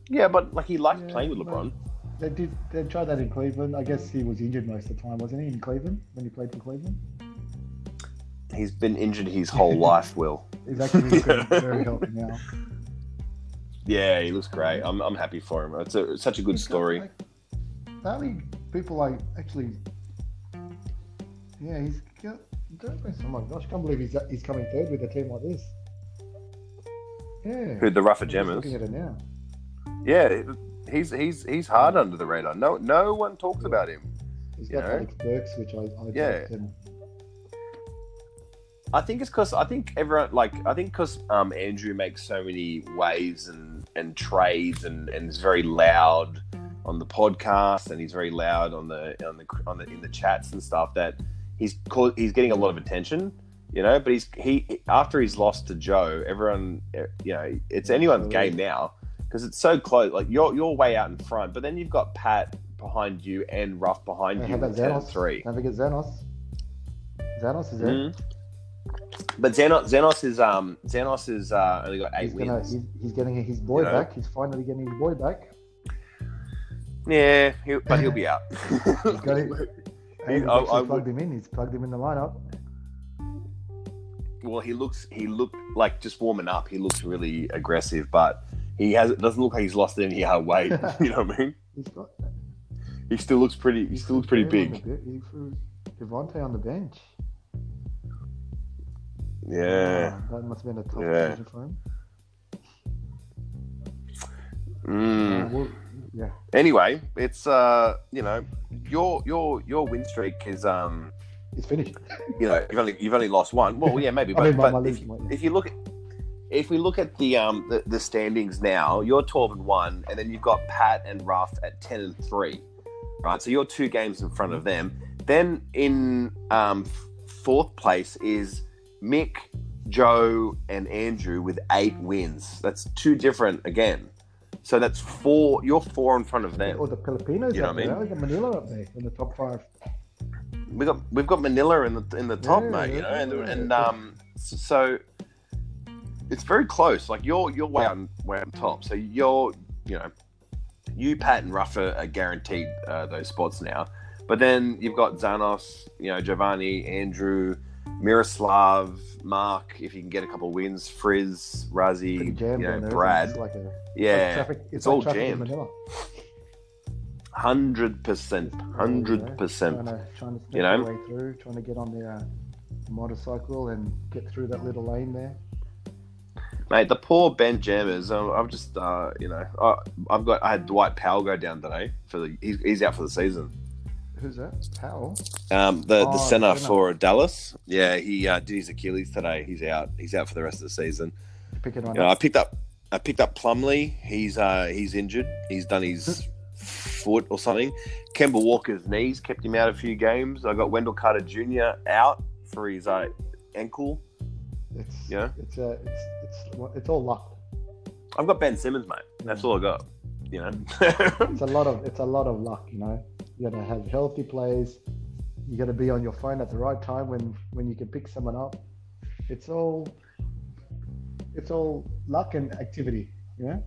Speaker 3: Yeah, but like he likes
Speaker 4: Yeah,
Speaker 3: playing with
Speaker 4: but-
Speaker 3: LeBron.
Speaker 4: They did. They tried that in Cleveland. I guess he was injured most of the time, wasn't he? In Cleveland when he played for Cleveland,
Speaker 3: He's been injured his whole life. Will.
Speaker 4: he's actually getting very healthy now.
Speaker 3: Yeah, he looks great. I'm, I'm happy for him. It's, a, it's such a good
Speaker 4: He's got,
Speaker 3: story.
Speaker 4: like, The only people I actually, yeah, he's got. Oh my gosh, can't believe he's he's coming third with a team like this. Yeah.
Speaker 3: Who the rougher
Speaker 4: I'm just
Speaker 3: jammers?
Speaker 4: Looking at it now.
Speaker 3: Yeah, he's he's he's hard under the radar. No no one talks about him.
Speaker 4: He's
Speaker 3: You
Speaker 4: got
Speaker 3: know?
Speaker 4: Alex Burks, which I, I
Speaker 3: Yeah.
Speaker 4: liked him.
Speaker 3: I think it's because I think everyone like I think because um, Andrew makes so many waves and and trades and and is very loud on the podcast and he's very loud on the on the on the in the chats and stuff that he's cau- he's getting a lot of attention. You know, but he's he after he's lost to Joe, everyone eh, you know it's anyone's game now because it's so close. Like you're you're way out in front, but then you've got Pat behind you and Ruff behind
Speaker 4: How
Speaker 3: you.
Speaker 4: about
Speaker 3: with 10 and
Speaker 4: Xanos?
Speaker 3: three.
Speaker 4: Don't forget Xanos. Xanos is there.
Speaker 3: Mm. But Xenos, Xenos is um Xenos is uh, only got 8
Speaker 4: Mm-hmm. He's, gonna,
Speaker 3: wins.
Speaker 4: he's, he's getting his boy
Speaker 3: You know?
Speaker 4: back. He's finally getting his boy back.
Speaker 3: Yeah, he'll, but he'll be out.
Speaker 4: He's got it. And
Speaker 3: I-
Speaker 4: he's actually
Speaker 3: I would-
Speaker 4: plugged him in. He's plugged him in the lineup.
Speaker 3: well, he looks he looked like just warming up. He looks really aggressive, but he has it doesn't look like he's lost any hard weight. you know what I mean?
Speaker 4: He's got.
Speaker 3: He still looks pretty. He still looks pretty big.
Speaker 4: He threw Devontae on the bench.
Speaker 3: Yeah.
Speaker 4: Wow, Uh, that must have been a tough
Speaker 3: Yeah.
Speaker 4: decision for him.
Speaker 3: Mm.
Speaker 4: Uh, well, yeah.
Speaker 3: Anyway, it's uh you know your your your win streak is um
Speaker 4: It's finished.
Speaker 3: you know you've only you've only lost one. Well, yeah, maybe,
Speaker 4: I
Speaker 3: but,
Speaker 4: mean, my-
Speaker 3: but
Speaker 4: my
Speaker 3: if,
Speaker 4: league, my-
Speaker 3: if you look at if we look at the um the, the standings now, you're twelve and one, and then you've got Pat and Ruff at ten and three, right? So you're two games in front of them. Then in um f- fourth place is Mick, Joe and Andrew with eight wins. That's two different again. So that's four. You're four in front of
Speaker 4: Or
Speaker 3: them.
Speaker 4: the Filipinos
Speaker 3: You know
Speaker 4: up
Speaker 3: what I
Speaker 4: there.
Speaker 3: mean?
Speaker 4: We got Manila up there in the top five.
Speaker 3: We got we've got Manila in the in the top,
Speaker 4: Yeah,
Speaker 3: mate. You know, and,
Speaker 4: yeah.
Speaker 3: and um, so it's very close. Like you're you're way on way on top. So you're you know you Pat and Ruffer are guaranteed uh, those spots now. But then you've got Zanos, you know Giovanni, Andrew, Miroslav, Mark. If you can get a couple wins, Frizz,
Speaker 4: Pretty
Speaker 3: Razzie, you
Speaker 4: jammed
Speaker 3: know
Speaker 4: down there, isn't it?
Speaker 3: Brad.
Speaker 4: It's like a like
Speaker 3: Yeah,
Speaker 4: traffic, it's,
Speaker 3: it's
Speaker 4: like
Speaker 3: all
Speaker 4: traffic in
Speaker 3: jammed.
Speaker 4: Manila.
Speaker 3: hundred percent, hundred
Speaker 4: Trying
Speaker 3: percent.
Speaker 4: to, trying to sneak
Speaker 3: You know?
Speaker 4: their way through, trying to get on their uh, motorcycle and get through that little lane there.
Speaker 3: Mate, the poor Ben Jammers. I'm, I'm just, uh, you know, I, I've got. I had Dwight Powell go down today for the. He's, he's out for the season.
Speaker 4: Who's that? Powell?
Speaker 3: Um, the
Speaker 4: Oh,
Speaker 3: the center
Speaker 4: center.
Speaker 3: for Dallas. Yeah, he uh, did his Achilles today. He's out. He's out for the rest of the season.
Speaker 4: Pick it on
Speaker 3: You know, I
Speaker 4: up.
Speaker 3: picked up. I picked up Plumley. He's uh, he's injured. He's done his foot or something. Kemba Walker's knees kept him out a few games. I got Wendell Carter Jr. out for his uh, ankle.
Speaker 4: It's,
Speaker 3: Yeah.
Speaker 4: It's, uh, it's, it's, well, it's all luck.
Speaker 3: I've got Ben Simmons, mate. That's all I got. You know.
Speaker 4: It's a lot of it's a lot of luck, you know. You gotta have healthy plays. You gotta be on your phone at the right time when when you can pick someone up. It's all it's all luck and activity, you know.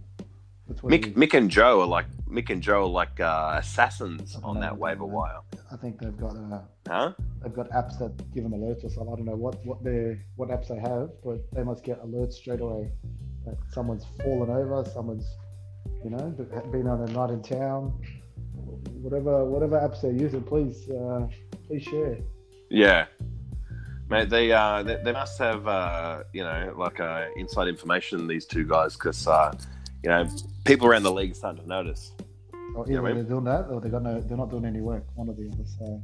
Speaker 4: That's what it
Speaker 3: Mick,
Speaker 4: is.
Speaker 3: Mick and Joe are like Mick and Joe are like uh, assassins on that waiver wire,
Speaker 4: I think they've got uh,
Speaker 3: huh?
Speaker 4: they've got apps that give them alerts or something. I don't know what what they what apps they have, but they must get alerts straight away that someone's fallen over, someone's you know been on a night in town, whatever whatever apps they're using. Please uh, please share.
Speaker 3: Yeah, mate. They uh, they, they must have uh, you know like uh, inside information these two guys because uh, you know people around the league are starting to notice.
Speaker 4: Or
Speaker 3: Yeah,
Speaker 4: either
Speaker 3: mate.
Speaker 4: they're doing that or they got no they're not doing any work. One or the other. So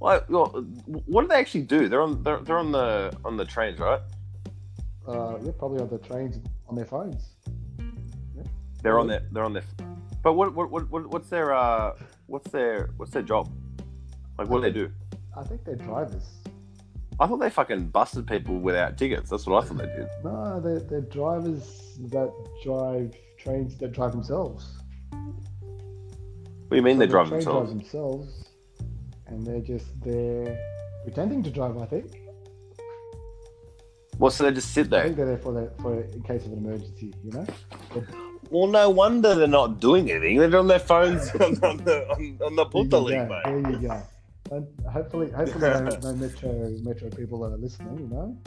Speaker 3: Well, well, what do they actually do? They're on they're, they're on the on the trains, right?
Speaker 4: uh, yeah, probably on the trains on their phones.
Speaker 3: They're on their they're on their. But what what, what, what what's their uh, what's their what's their job? Like what do they do?
Speaker 4: I think they're drivers.
Speaker 3: I thought they fucking busted people without tickets. That's what I thought they did.
Speaker 4: No, they're, they're drivers that drive trains that drive themselves.
Speaker 3: What do you mean they
Speaker 4: So
Speaker 3: drive
Speaker 4: train
Speaker 3: themselves?
Speaker 4: Drive themselves, and they're just there pretending to drive. I think.
Speaker 3: Well, so they just sit
Speaker 4: I
Speaker 3: there.
Speaker 4: think they're there for the, for in case of an emergency. You know.
Speaker 3: Well, no wonder they're not doing anything. They're on their phones on, on the on, on the
Speaker 4: There you
Speaker 3: Puta
Speaker 4: go,
Speaker 3: League, mate.
Speaker 4: There you go. And hopefully, hopefully no, no metro metro people are listening. You know,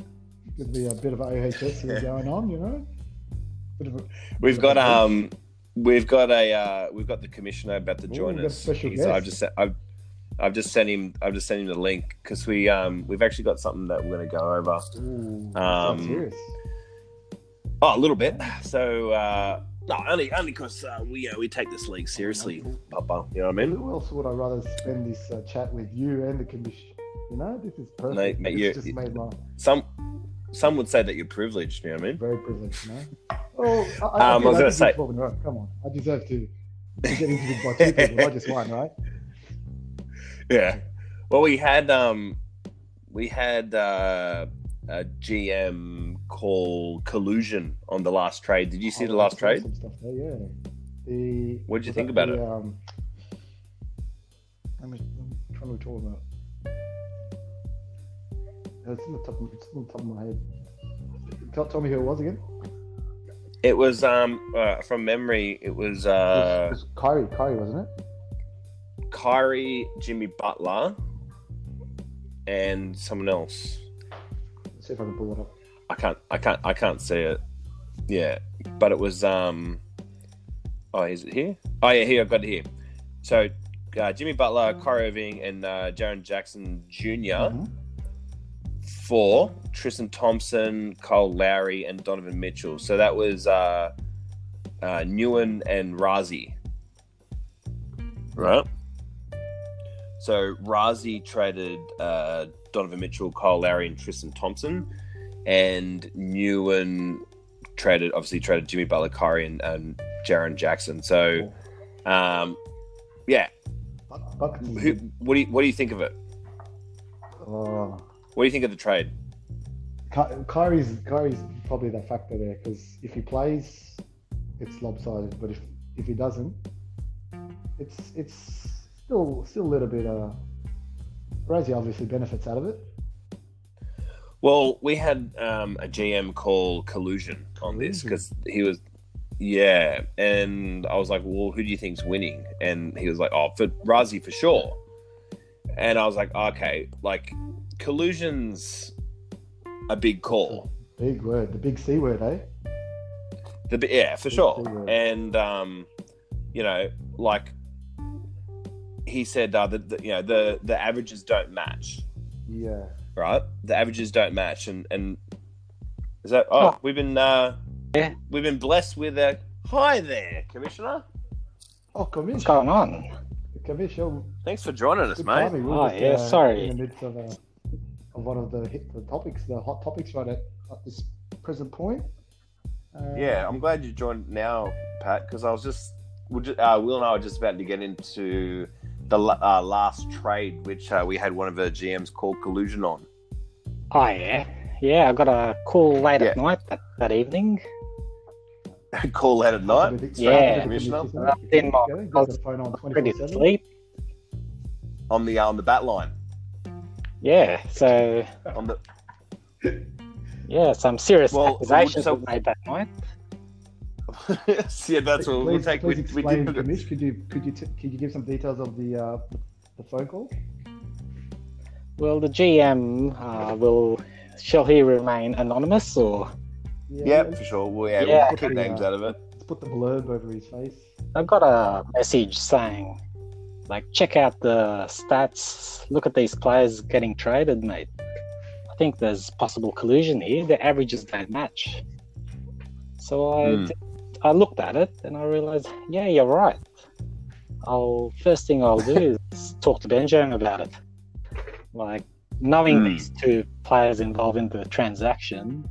Speaker 4: could be a bit of OHS here going on. You know, bit of a,
Speaker 3: We've got um, we've got a uh, we've got the commissioner about to
Speaker 4: Ooh,
Speaker 3: join
Speaker 4: we've got a
Speaker 3: us.
Speaker 4: special
Speaker 3: He's- I've
Speaker 4: guest.
Speaker 3: just sent, I've I've just sent him I've just sent him the link because we um we've actually got something that we're going to go over.
Speaker 4: ooh,
Speaker 3: Um,
Speaker 4: sounds serious.
Speaker 3: Oh, a little bit. So uh, no, only only because uh, we uh, we take this league seriously, Papa. You know what I mean?
Speaker 4: Who else would I rather spend this uh, chat with you and the commission? You know, this is perfect.
Speaker 3: Mate, mate,
Speaker 4: It's
Speaker 3: you-
Speaker 4: just
Speaker 3: you-
Speaker 4: made my
Speaker 3: Some some would say that you're privileged. You know what I mean?
Speaker 4: very privileged, you know. Oh, I, I,
Speaker 3: Um, I was gonna
Speaker 4: deserve
Speaker 3: say-
Speaker 4: to be Robin Rock, Come on, I deserve to get interviewed by two people, not just one, right?
Speaker 3: Yeah. Well, we had um, we had uh, a GM call collusion on the last trade. Did you see
Speaker 4: Oh,
Speaker 3: the last
Speaker 4: that's
Speaker 3: trade?
Speaker 4: Some stuff there, yeah. The
Speaker 3: What did you
Speaker 4: was
Speaker 3: think
Speaker 4: that
Speaker 3: about
Speaker 4: the,
Speaker 3: it?
Speaker 4: Um, I'm, I'm trying to talk about. It's in the top. It's in the top of my head. Tell, tell me who it was again.
Speaker 3: It was um, uh, from memory. It was
Speaker 4: it
Speaker 3: uh,
Speaker 4: was, it was Kyrie, Kyrie, wasn't it?
Speaker 3: Kyrie, Jimmy Butler, and someone else.
Speaker 4: Let's see if I can pull it up.
Speaker 3: I can't. I can't. I can't see it. Yeah, but it was um. Oh, is it here? Oh yeah, here I've got it here. So, uh, Jimmy Butler, Kyrie Irving, and uh, Jaron Jackson junior
Speaker 4: Mhm.
Speaker 3: for Tristan Thompson, Cole Lowry, and Donovan Mitchell. So that was uh, uh, Newen and Razi. Right. So Razi traded uh, Donovan Mitchell, Kyle Lowry, and Tristan Thompson, and Newen traded obviously traded Jimmy Butler, Kyrie, and, and Jaron Jackson. So, um, yeah.
Speaker 4: Buck- Buckets is
Speaker 3: Who, what do you what do you think of it?
Speaker 4: Oh,
Speaker 3: What do you think of the trade?
Speaker 4: Ky- Kyrie's Kyrie's probably the factor there because if he plays, it's lopsided. But if if he doesn't, it's it's still still a little bit. Uh, Rosie obviously benefits out of it.
Speaker 3: Well, we had um, a GM call collusion on this because he was, yeah. And I was like, well, who do you think's winning? And he was like, oh, for Razi for sure. And I was like, okay, like collusion's a big call.
Speaker 4: Big word, the big C word, eh?
Speaker 3: The bi- yeah, for
Speaker 4: Big C
Speaker 3: sure.
Speaker 4: word.
Speaker 3: And um, you know, like he said, uh, that the, you know the the averages don't match.
Speaker 4: Yeah.
Speaker 3: right? The averages don't match, and and is that oh,
Speaker 5: Oh.
Speaker 3: we've been uh,
Speaker 5: Yeah.
Speaker 3: we've been blessed with a hi there, Commissioner.
Speaker 4: Oh, Kamish.
Speaker 5: What's going on?
Speaker 4: Kamish, oh,
Speaker 3: Thanks for joining us,
Speaker 4: good
Speaker 3: mate.
Speaker 4: timing. We
Speaker 5: Oh,
Speaker 4: were just,
Speaker 5: yeah,
Speaker 4: uh,
Speaker 5: sorry.
Speaker 4: In the midst of, uh, of one of the hit the topics, the hot topics right at, at this present point. Uh,
Speaker 3: Yeah, I'm glad you joined now, Pat, because I was just, we just uh, Will and I were just about to get into the la- uh, last trade, which uh, we had one of our GMs called collusion on.
Speaker 5: Oh yeah, yeah. I got a call late at
Speaker 3: Yeah.
Speaker 5: night that, that evening.
Speaker 3: Call out at night.
Speaker 4: Bit-
Speaker 5: Yeah.
Speaker 3: Commissioner.
Speaker 5: I was in my,
Speaker 4: Go,
Speaker 5: I
Speaker 4: got the
Speaker 5: was
Speaker 4: phone on
Speaker 5: ready to
Speaker 4: 24/7.
Speaker 5: sleep.
Speaker 3: on the uh, on the bat line
Speaker 5: Yeah. So
Speaker 3: on the
Speaker 5: yeah, some serious
Speaker 3: Well,
Speaker 5: accusations
Speaker 3: so-
Speaker 5: were made that night.
Speaker 3: yeah that's what we'll
Speaker 4: Please,
Speaker 3: take
Speaker 4: please
Speaker 3: we, we
Speaker 4: explain,
Speaker 3: did
Speaker 4: Kamish. Could you could you t- could you give some details of the uh, the phone call?
Speaker 5: Well, the GM uh, will shall he remain anonymous or
Speaker 3: yeah for sure well, yeah,
Speaker 5: Yeah.
Speaker 3: we'll keep names out of it
Speaker 4: Let's put the blurb over his face.
Speaker 5: I got a message saying, like, check out the stats. Look at these players getting traded, mate. I think there's possible collusion here. The averages don't match. So I,
Speaker 3: Hmm.
Speaker 5: did- I looked at it and I realized, yeah, you're right. I'll first thing I'll do is talk to Benjamin about it. Like knowing
Speaker 3: Hmm.
Speaker 5: these two players involved in the transaction,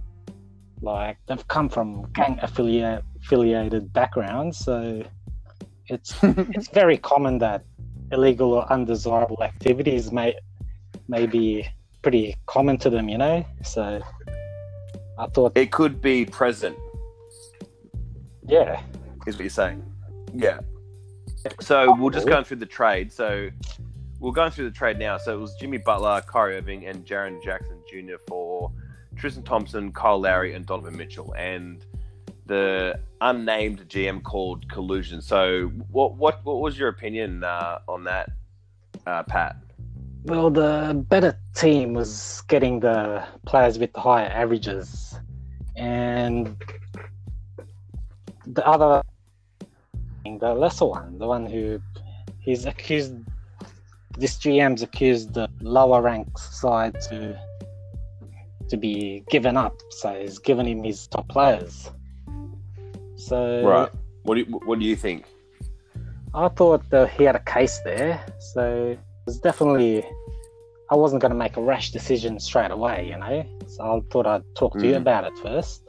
Speaker 5: like they've come from gang affiliate affiliated backgrounds, so it's it's very common that illegal or undesirable activities may may be pretty common to them, you know. So I thought,
Speaker 3: it could be present
Speaker 5: yeah,
Speaker 3: is what you're saying. Yeah. So we'll just go through the trade. So we're going through the trade now. So it was Jimmy Butler, Kyrie Irving, and Jaron Jackson Jr. for Tristan Thompson, Kyle Lowry, and Donovan Mitchell, and the unnamed GM called collusion. So what what what was your opinion uh, on that, uh, Pat?
Speaker 5: Well, the better team was getting the players with the higher averages, and the other, the lesser one, the one who he's accused, this GM's accused the lower ranked side to to be given up, so he's given him his top players. So
Speaker 3: What do you, what do you think?
Speaker 5: I thought that he had a case there, so it's definitely. I wasn't going to make a rash decision straight away, you know. So I thought I'd talk to you
Speaker 3: Mm.
Speaker 5: about it first,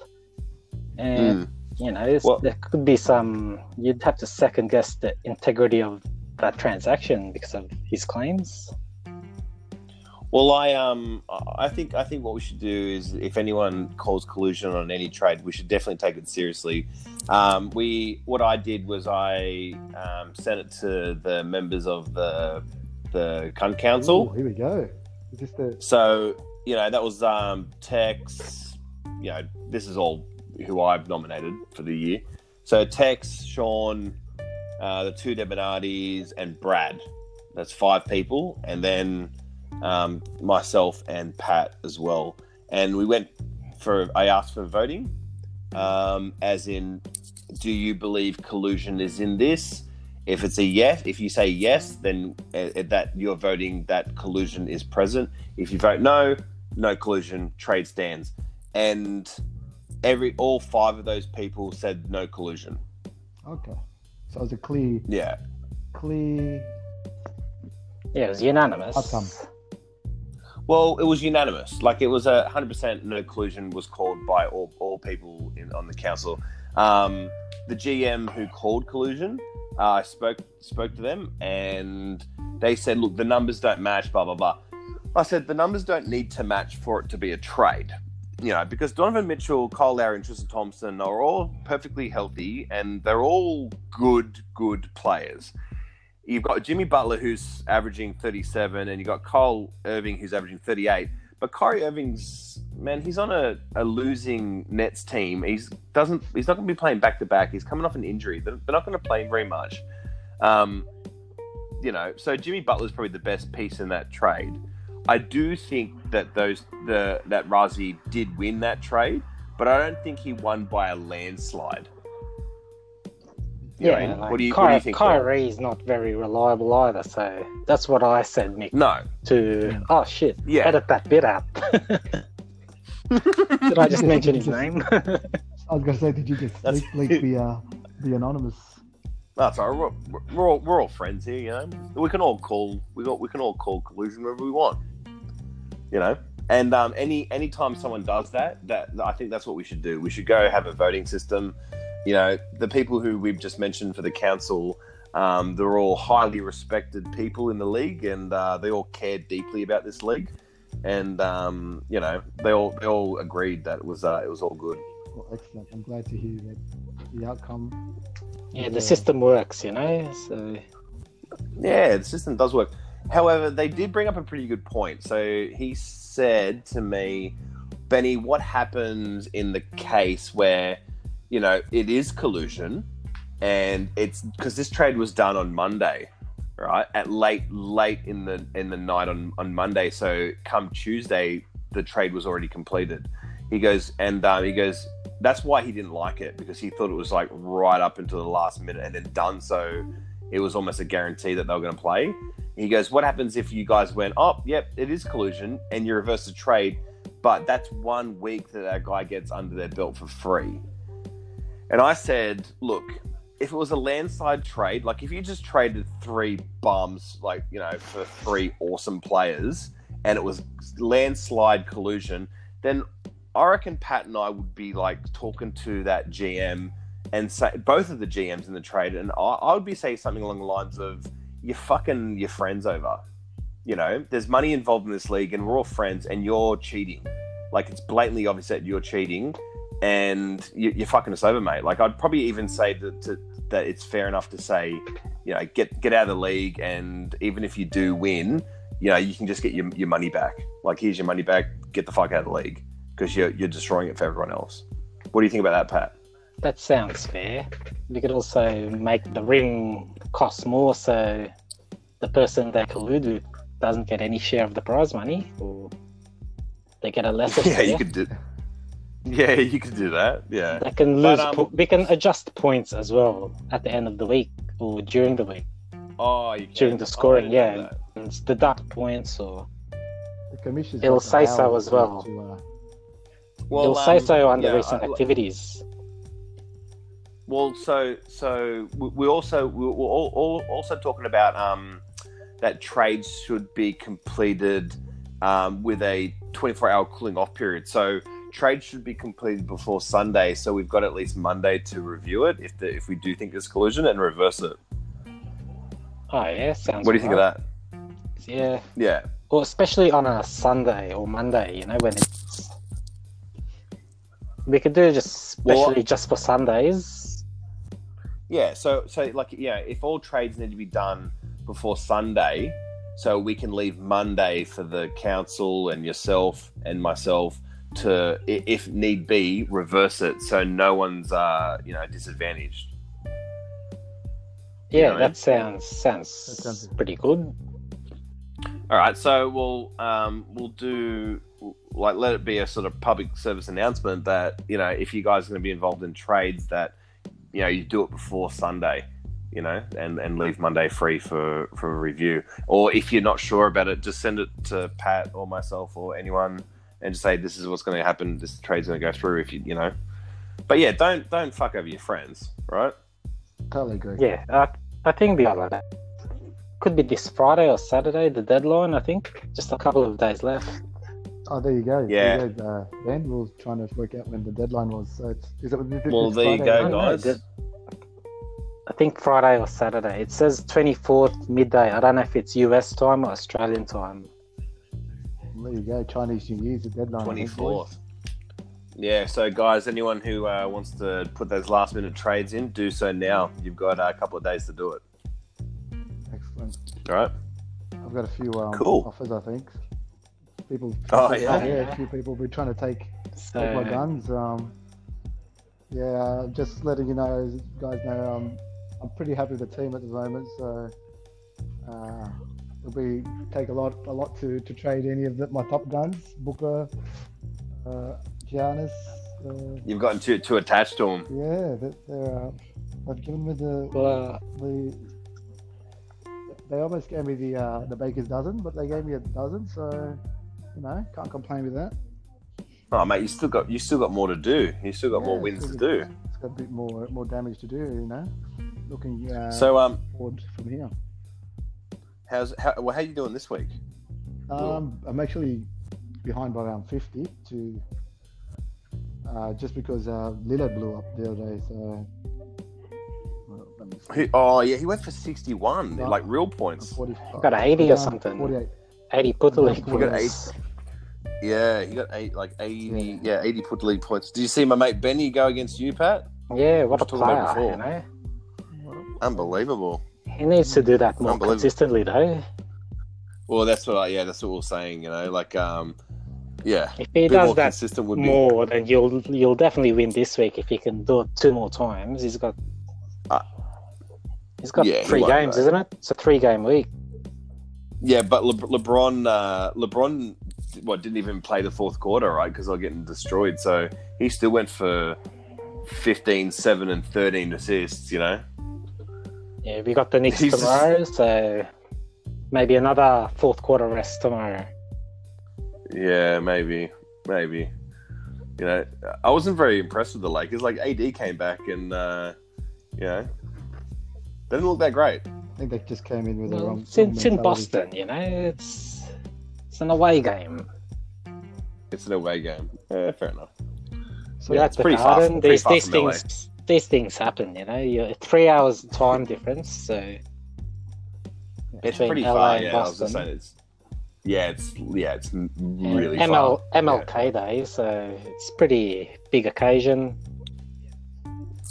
Speaker 5: and you know, it's-
Speaker 3: Well-
Speaker 5: there could be some. You'd have to second guess the integrity of that transaction because of his claims.
Speaker 3: Well, I um, I think I think what we should do is, if anyone calls collusion on any trade, we should definitely take it seriously. Um, we what I did was I um, sent it to the members of the the cunt
Speaker 4: Ooh,
Speaker 3: council.
Speaker 4: here we go. Is this the
Speaker 3: So you know that was um, Tex. You know this is all who I've nominated for the year. So Tex, Sean, uh, the two Debonardis, and Brad. That's five people, and then um, myself and Pat as well. And we went for. I asked for voting, um, as in, do you believe collusion is in this? If it's a yes, if you say yes, then uh, that you're voting that collusion is present. If you vote no, no collusion, trade stands. And every all five of those people said no collusion.
Speaker 4: okay? So it was a clear
Speaker 3: Yeah.
Speaker 4: clear.
Speaker 5: Yeah, it was unanimous.
Speaker 4: Outcome.
Speaker 3: Well, it was unanimous. Like it was a hundred percent no collusion was called by all, all people in, on the council. Um, the GM who called collusion, uh, I spoke spoke to them, and they said, "Look, the numbers don't match." Blah blah blah. I said the numbers don't need to match for it to be a trade. you know, because Donovan Mitchell, Kyle Lowry, and Tristan Thompson are all perfectly healthy and they're all good, good players. You've got Jimmy Butler who's averaging 37, and you've got Kyle Irving who's averaging 38. But Kyrie Irving's man, he's on a, a losing Nets team. He's doesn't he's not going to be playing back to back. He's coming off an injury. They're, they're not going to play him very much. Um, you know, so Jimmy Butler's probably the best piece in that trade. I do think that those the that Razi did win that trade, but I don't think he won by a landslide. You know,
Speaker 5: like,
Speaker 3: what do you,
Speaker 5: Ky-
Speaker 3: what do you think? Will?
Speaker 5: Kyrie is not very reliable either, so that's what I said, Nick.
Speaker 3: No, Mm.
Speaker 5: To oh shit,
Speaker 3: Yeah.
Speaker 5: edit that bit out. Did I just mention his name?
Speaker 4: I was gonna say, did you just
Speaker 3: That's-
Speaker 4: leak, leak the uh, the anonymous?
Speaker 3: that's all. right. We're, we're all we're all friends here, you know. We can all call we got we can all call collusion wherever we want, you know. And um, any any time someone does that, that I think that's what we should do. We should go have a voting system. You know, the people who we've just mentioned for the council, um, they're all highly respected people in the league, and uh, they all care deeply about this league. And um, you know, they all they all agreed that it was uh, it was all good.
Speaker 4: Well, excellent. I'm glad to hear that the outcome.
Speaker 5: yeah,
Speaker 4: Yeah.
Speaker 5: the system works, you know. So
Speaker 3: Yeah, the system does work. However, they did bring up a pretty good point. So he said to me, Benny, what happens in the case where, you know, it is collusion and it's because this trade was done on Monday, right? At late, late in the in the night on, on Monday. So come Tuesday, the trade was already completed. He goes, and um, he goes, that's why he didn't like it because he thought it was like right up until the last minute and then done so it was almost a guarantee that they were going to play. He goes, "What happens if you guys went? Oh, yep, it is collusion, and you reverse the trade, but that's one week that that guy gets under their belt for free." And I said, "Look, if it was a landslide trade, like if you just traded three bums, like you know, for three awesome players, and it was landslide collusion, then I reckon Pat and I would be like talking to that GM." and say both of the GMs in the trade, and I, I would be saying something along the lines of "You're fucking your friends over." You know, there's money involved in this league, and we're all friends, and you're cheating. Like it's blatantly obvious that you're cheating, and you, you're fucking us over, mate. Like I'd probably even say that to, that it's fair enough to say, you know, get get out of the league, and even if you do win, you know, you can just get your, your money back. Like here's your money back. Get the fuck out of the league because you're you're destroying it for everyone else. What do you think about that, Pat?
Speaker 5: that sounds fair. You could also make the ring cost more, so the person they collude with doesn't get any share of the prize money, or they get a lesser
Speaker 3: yeah,
Speaker 5: share.
Speaker 3: you could do. Yeah, you could do that. Yeah,
Speaker 5: They can
Speaker 3: But,
Speaker 5: lose.
Speaker 3: um,
Speaker 5: po- we can adjust points as well at the end of the week or during the week.
Speaker 3: Oh, you can.
Speaker 5: During
Speaker 3: I
Speaker 5: the scoring,
Speaker 3: didn't know
Speaker 5: yeah,
Speaker 3: that.
Speaker 5: and it's deduct points or
Speaker 4: The commission's
Speaker 5: It'll
Speaker 4: got the
Speaker 5: say so
Speaker 4: power
Speaker 5: as well.
Speaker 4: to, uh,
Speaker 3: Well,
Speaker 5: you'll say
Speaker 3: um,
Speaker 5: so under
Speaker 3: yeah,
Speaker 5: recent
Speaker 3: I-
Speaker 5: activities.
Speaker 3: Well, so so we- we also we- we're all, all, also talking about um, that trades should be completed um, with a 24-hour cooling off period. So trades should be completed before Sunday. So we've got at least Monday to review it if the, if we do think there's collusion and reverse it.
Speaker 5: Oh yeah, sounds.
Speaker 3: What do you think of that?
Speaker 5: that? Yeah,
Speaker 3: Yeah.
Speaker 5: or especially on a Sunday or Monday, you know when it's. We could do just
Speaker 3: Well,
Speaker 5: especially just for Sundays.
Speaker 3: Yeah, so so like yeah, if all trades need to be done before Sunday, so we can leave Monday for the council and yourself and myself to, i- if need be, reverse it so no one's uh you know disadvantaged.
Speaker 5: Yeah,
Speaker 3: Yeah.
Speaker 5: that sounds sounds
Speaker 4: That sounds good.
Speaker 5: pretty good.
Speaker 3: All right, so we'll um we'll do like let it be a sort of public service announcement that you know if you guys are going to be involved in trades that you know you do it before Sunday, you know, and and leave Monday free for for a review. Or if you're not sure about it, just send it to Pat or myself or anyone and just say this is what's going to happen. This trade's going to go through if you you know. But yeah, don't don't fuck over your friends, right?
Speaker 4: Totally agree.
Speaker 5: Yeah, I, I think the other could be this Friday or Saturday, the deadline. I think just a couple of days left.
Speaker 4: Oh, there you go.
Speaker 3: Yeah.
Speaker 4: There you go. Uh, ben was trying to work out when the deadline was. So it's, is it next
Speaker 3: Well, there you
Speaker 4: Friday,
Speaker 3: go,
Speaker 5: I
Speaker 4: right?
Speaker 5: know,
Speaker 3: guys.
Speaker 5: that- I think Friday or Saturday. It says 24th midday. I don't know if it's US time or Australian time.
Speaker 4: There you go. Chinese New Year's the deadline. I
Speaker 3: Twenty
Speaker 4: think, boys.
Speaker 3: fourth. Yeah, so guys, anyone who uh, wants to put those last minute trades in, do so now. You've got uh, a couple of days to do it.
Speaker 4: Excellent.
Speaker 3: All right.
Speaker 4: I've got a few um,
Speaker 3: Cool.
Speaker 4: offers, I think. People.
Speaker 3: Oh, yeah?
Speaker 4: A few people were trying to take, take my
Speaker 5: So
Speaker 4: guns. Um, yeah, just letting you know, guys know, um, I'm pretty happy with the team at the moment. So uh, it'll be take a lot, a lot to, to trade any of the, my top guns, Booker, uh, Giannis. Uh,
Speaker 3: You've gotten too too attached to them.
Speaker 4: yeah, that they're. Uh, I've given me the
Speaker 5: well, uh,
Speaker 4: the they almost gave me the uh, the baker's dozen, but they gave me a dozen, so you know can't complain with that.
Speaker 3: Oh, mate, you still got you still got more to do. You still got more
Speaker 4: Yeah,
Speaker 3: wins
Speaker 4: it's
Speaker 3: to
Speaker 4: got-
Speaker 3: do.
Speaker 4: It's got a bit more more damage to do, you know. Looking uh,
Speaker 3: So, um,
Speaker 4: forward from here.
Speaker 3: how's how well, how you doing this week?
Speaker 4: Um, I'm actually behind by around 50 to uh, just because uh, Lillard blew up the other day. So well, let me see.
Speaker 3: Who, oh yeah, he went for sixty one,
Speaker 4: Well,
Speaker 3: like real points.
Speaker 4: 45.
Speaker 5: got 80 or
Speaker 4: Down
Speaker 5: something.
Speaker 4: 48.
Speaker 5: 80 Putley.
Speaker 4: We got
Speaker 5: was-
Speaker 3: Yeah, he got eight like eighty. Yeah, eighty put league points. Did you see my mate Benny go against you, Pat?
Speaker 5: Yeah, what a
Speaker 3: We were talking about
Speaker 5: player, you
Speaker 3: before.
Speaker 5: know.
Speaker 3: Unbelievable.
Speaker 5: He needs to do that more
Speaker 3: Unbelievable.
Speaker 5: consistently, though.
Speaker 3: Well, that's what I, yeah, that's what we're saying. You know, like um, yeah,
Speaker 5: If he
Speaker 3: a bit more
Speaker 5: does that
Speaker 3: consistent would be.
Speaker 5: more, then you'll you'll definitely win this week if he can do it two more times. He's got
Speaker 3: Uh,
Speaker 5: he's got
Speaker 3: yeah, he
Speaker 5: three
Speaker 3: won't,
Speaker 5: games,
Speaker 3: though.
Speaker 5: isn't it? It's a three game week.
Speaker 3: Yeah, but Le- LeBron, uh, LeBron, what didn't even play the fourth quarter, right? Because they're getting destroyed. So he still went for 15, 7, and thirteen assists. You know,
Speaker 5: Yeah, we got the Knicks
Speaker 3: He's just-
Speaker 5: tomorrow, so maybe another fourth quarter rest tomorrow.
Speaker 3: yeah, maybe, maybe. You know, I wasn't very impressed with the Lakers. Like AD came back and, uh, you know, they didn't look that great.
Speaker 4: I think they just came in with the
Speaker 5: Well,
Speaker 4: wrong.
Speaker 5: it's, in, it's in
Speaker 4: wrong mentality.
Speaker 5: Boston, you know. It's it's an away game.
Speaker 3: It's an away game. Yeah, fair enough.
Speaker 5: So
Speaker 3: Yeah,
Speaker 5: that's
Speaker 3: it's pretty far from- pretty
Speaker 5: These
Speaker 3: far
Speaker 5: these
Speaker 3: from LA.
Speaker 5: things these things happen, you know. You're three hours time difference, so
Speaker 3: It's
Speaker 5: between
Speaker 3: pretty
Speaker 5: LA
Speaker 3: far.
Speaker 5: and
Speaker 3: Yeah, I was
Speaker 5: Boston.
Speaker 3: just saying it's. Yeah, it's yeah, it's m-
Speaker 5: And
Speaker 3: really
Speaker 5: ML,
Speaker 3: far.
Speaker 5: MLK Day, so it's pretty big occasion.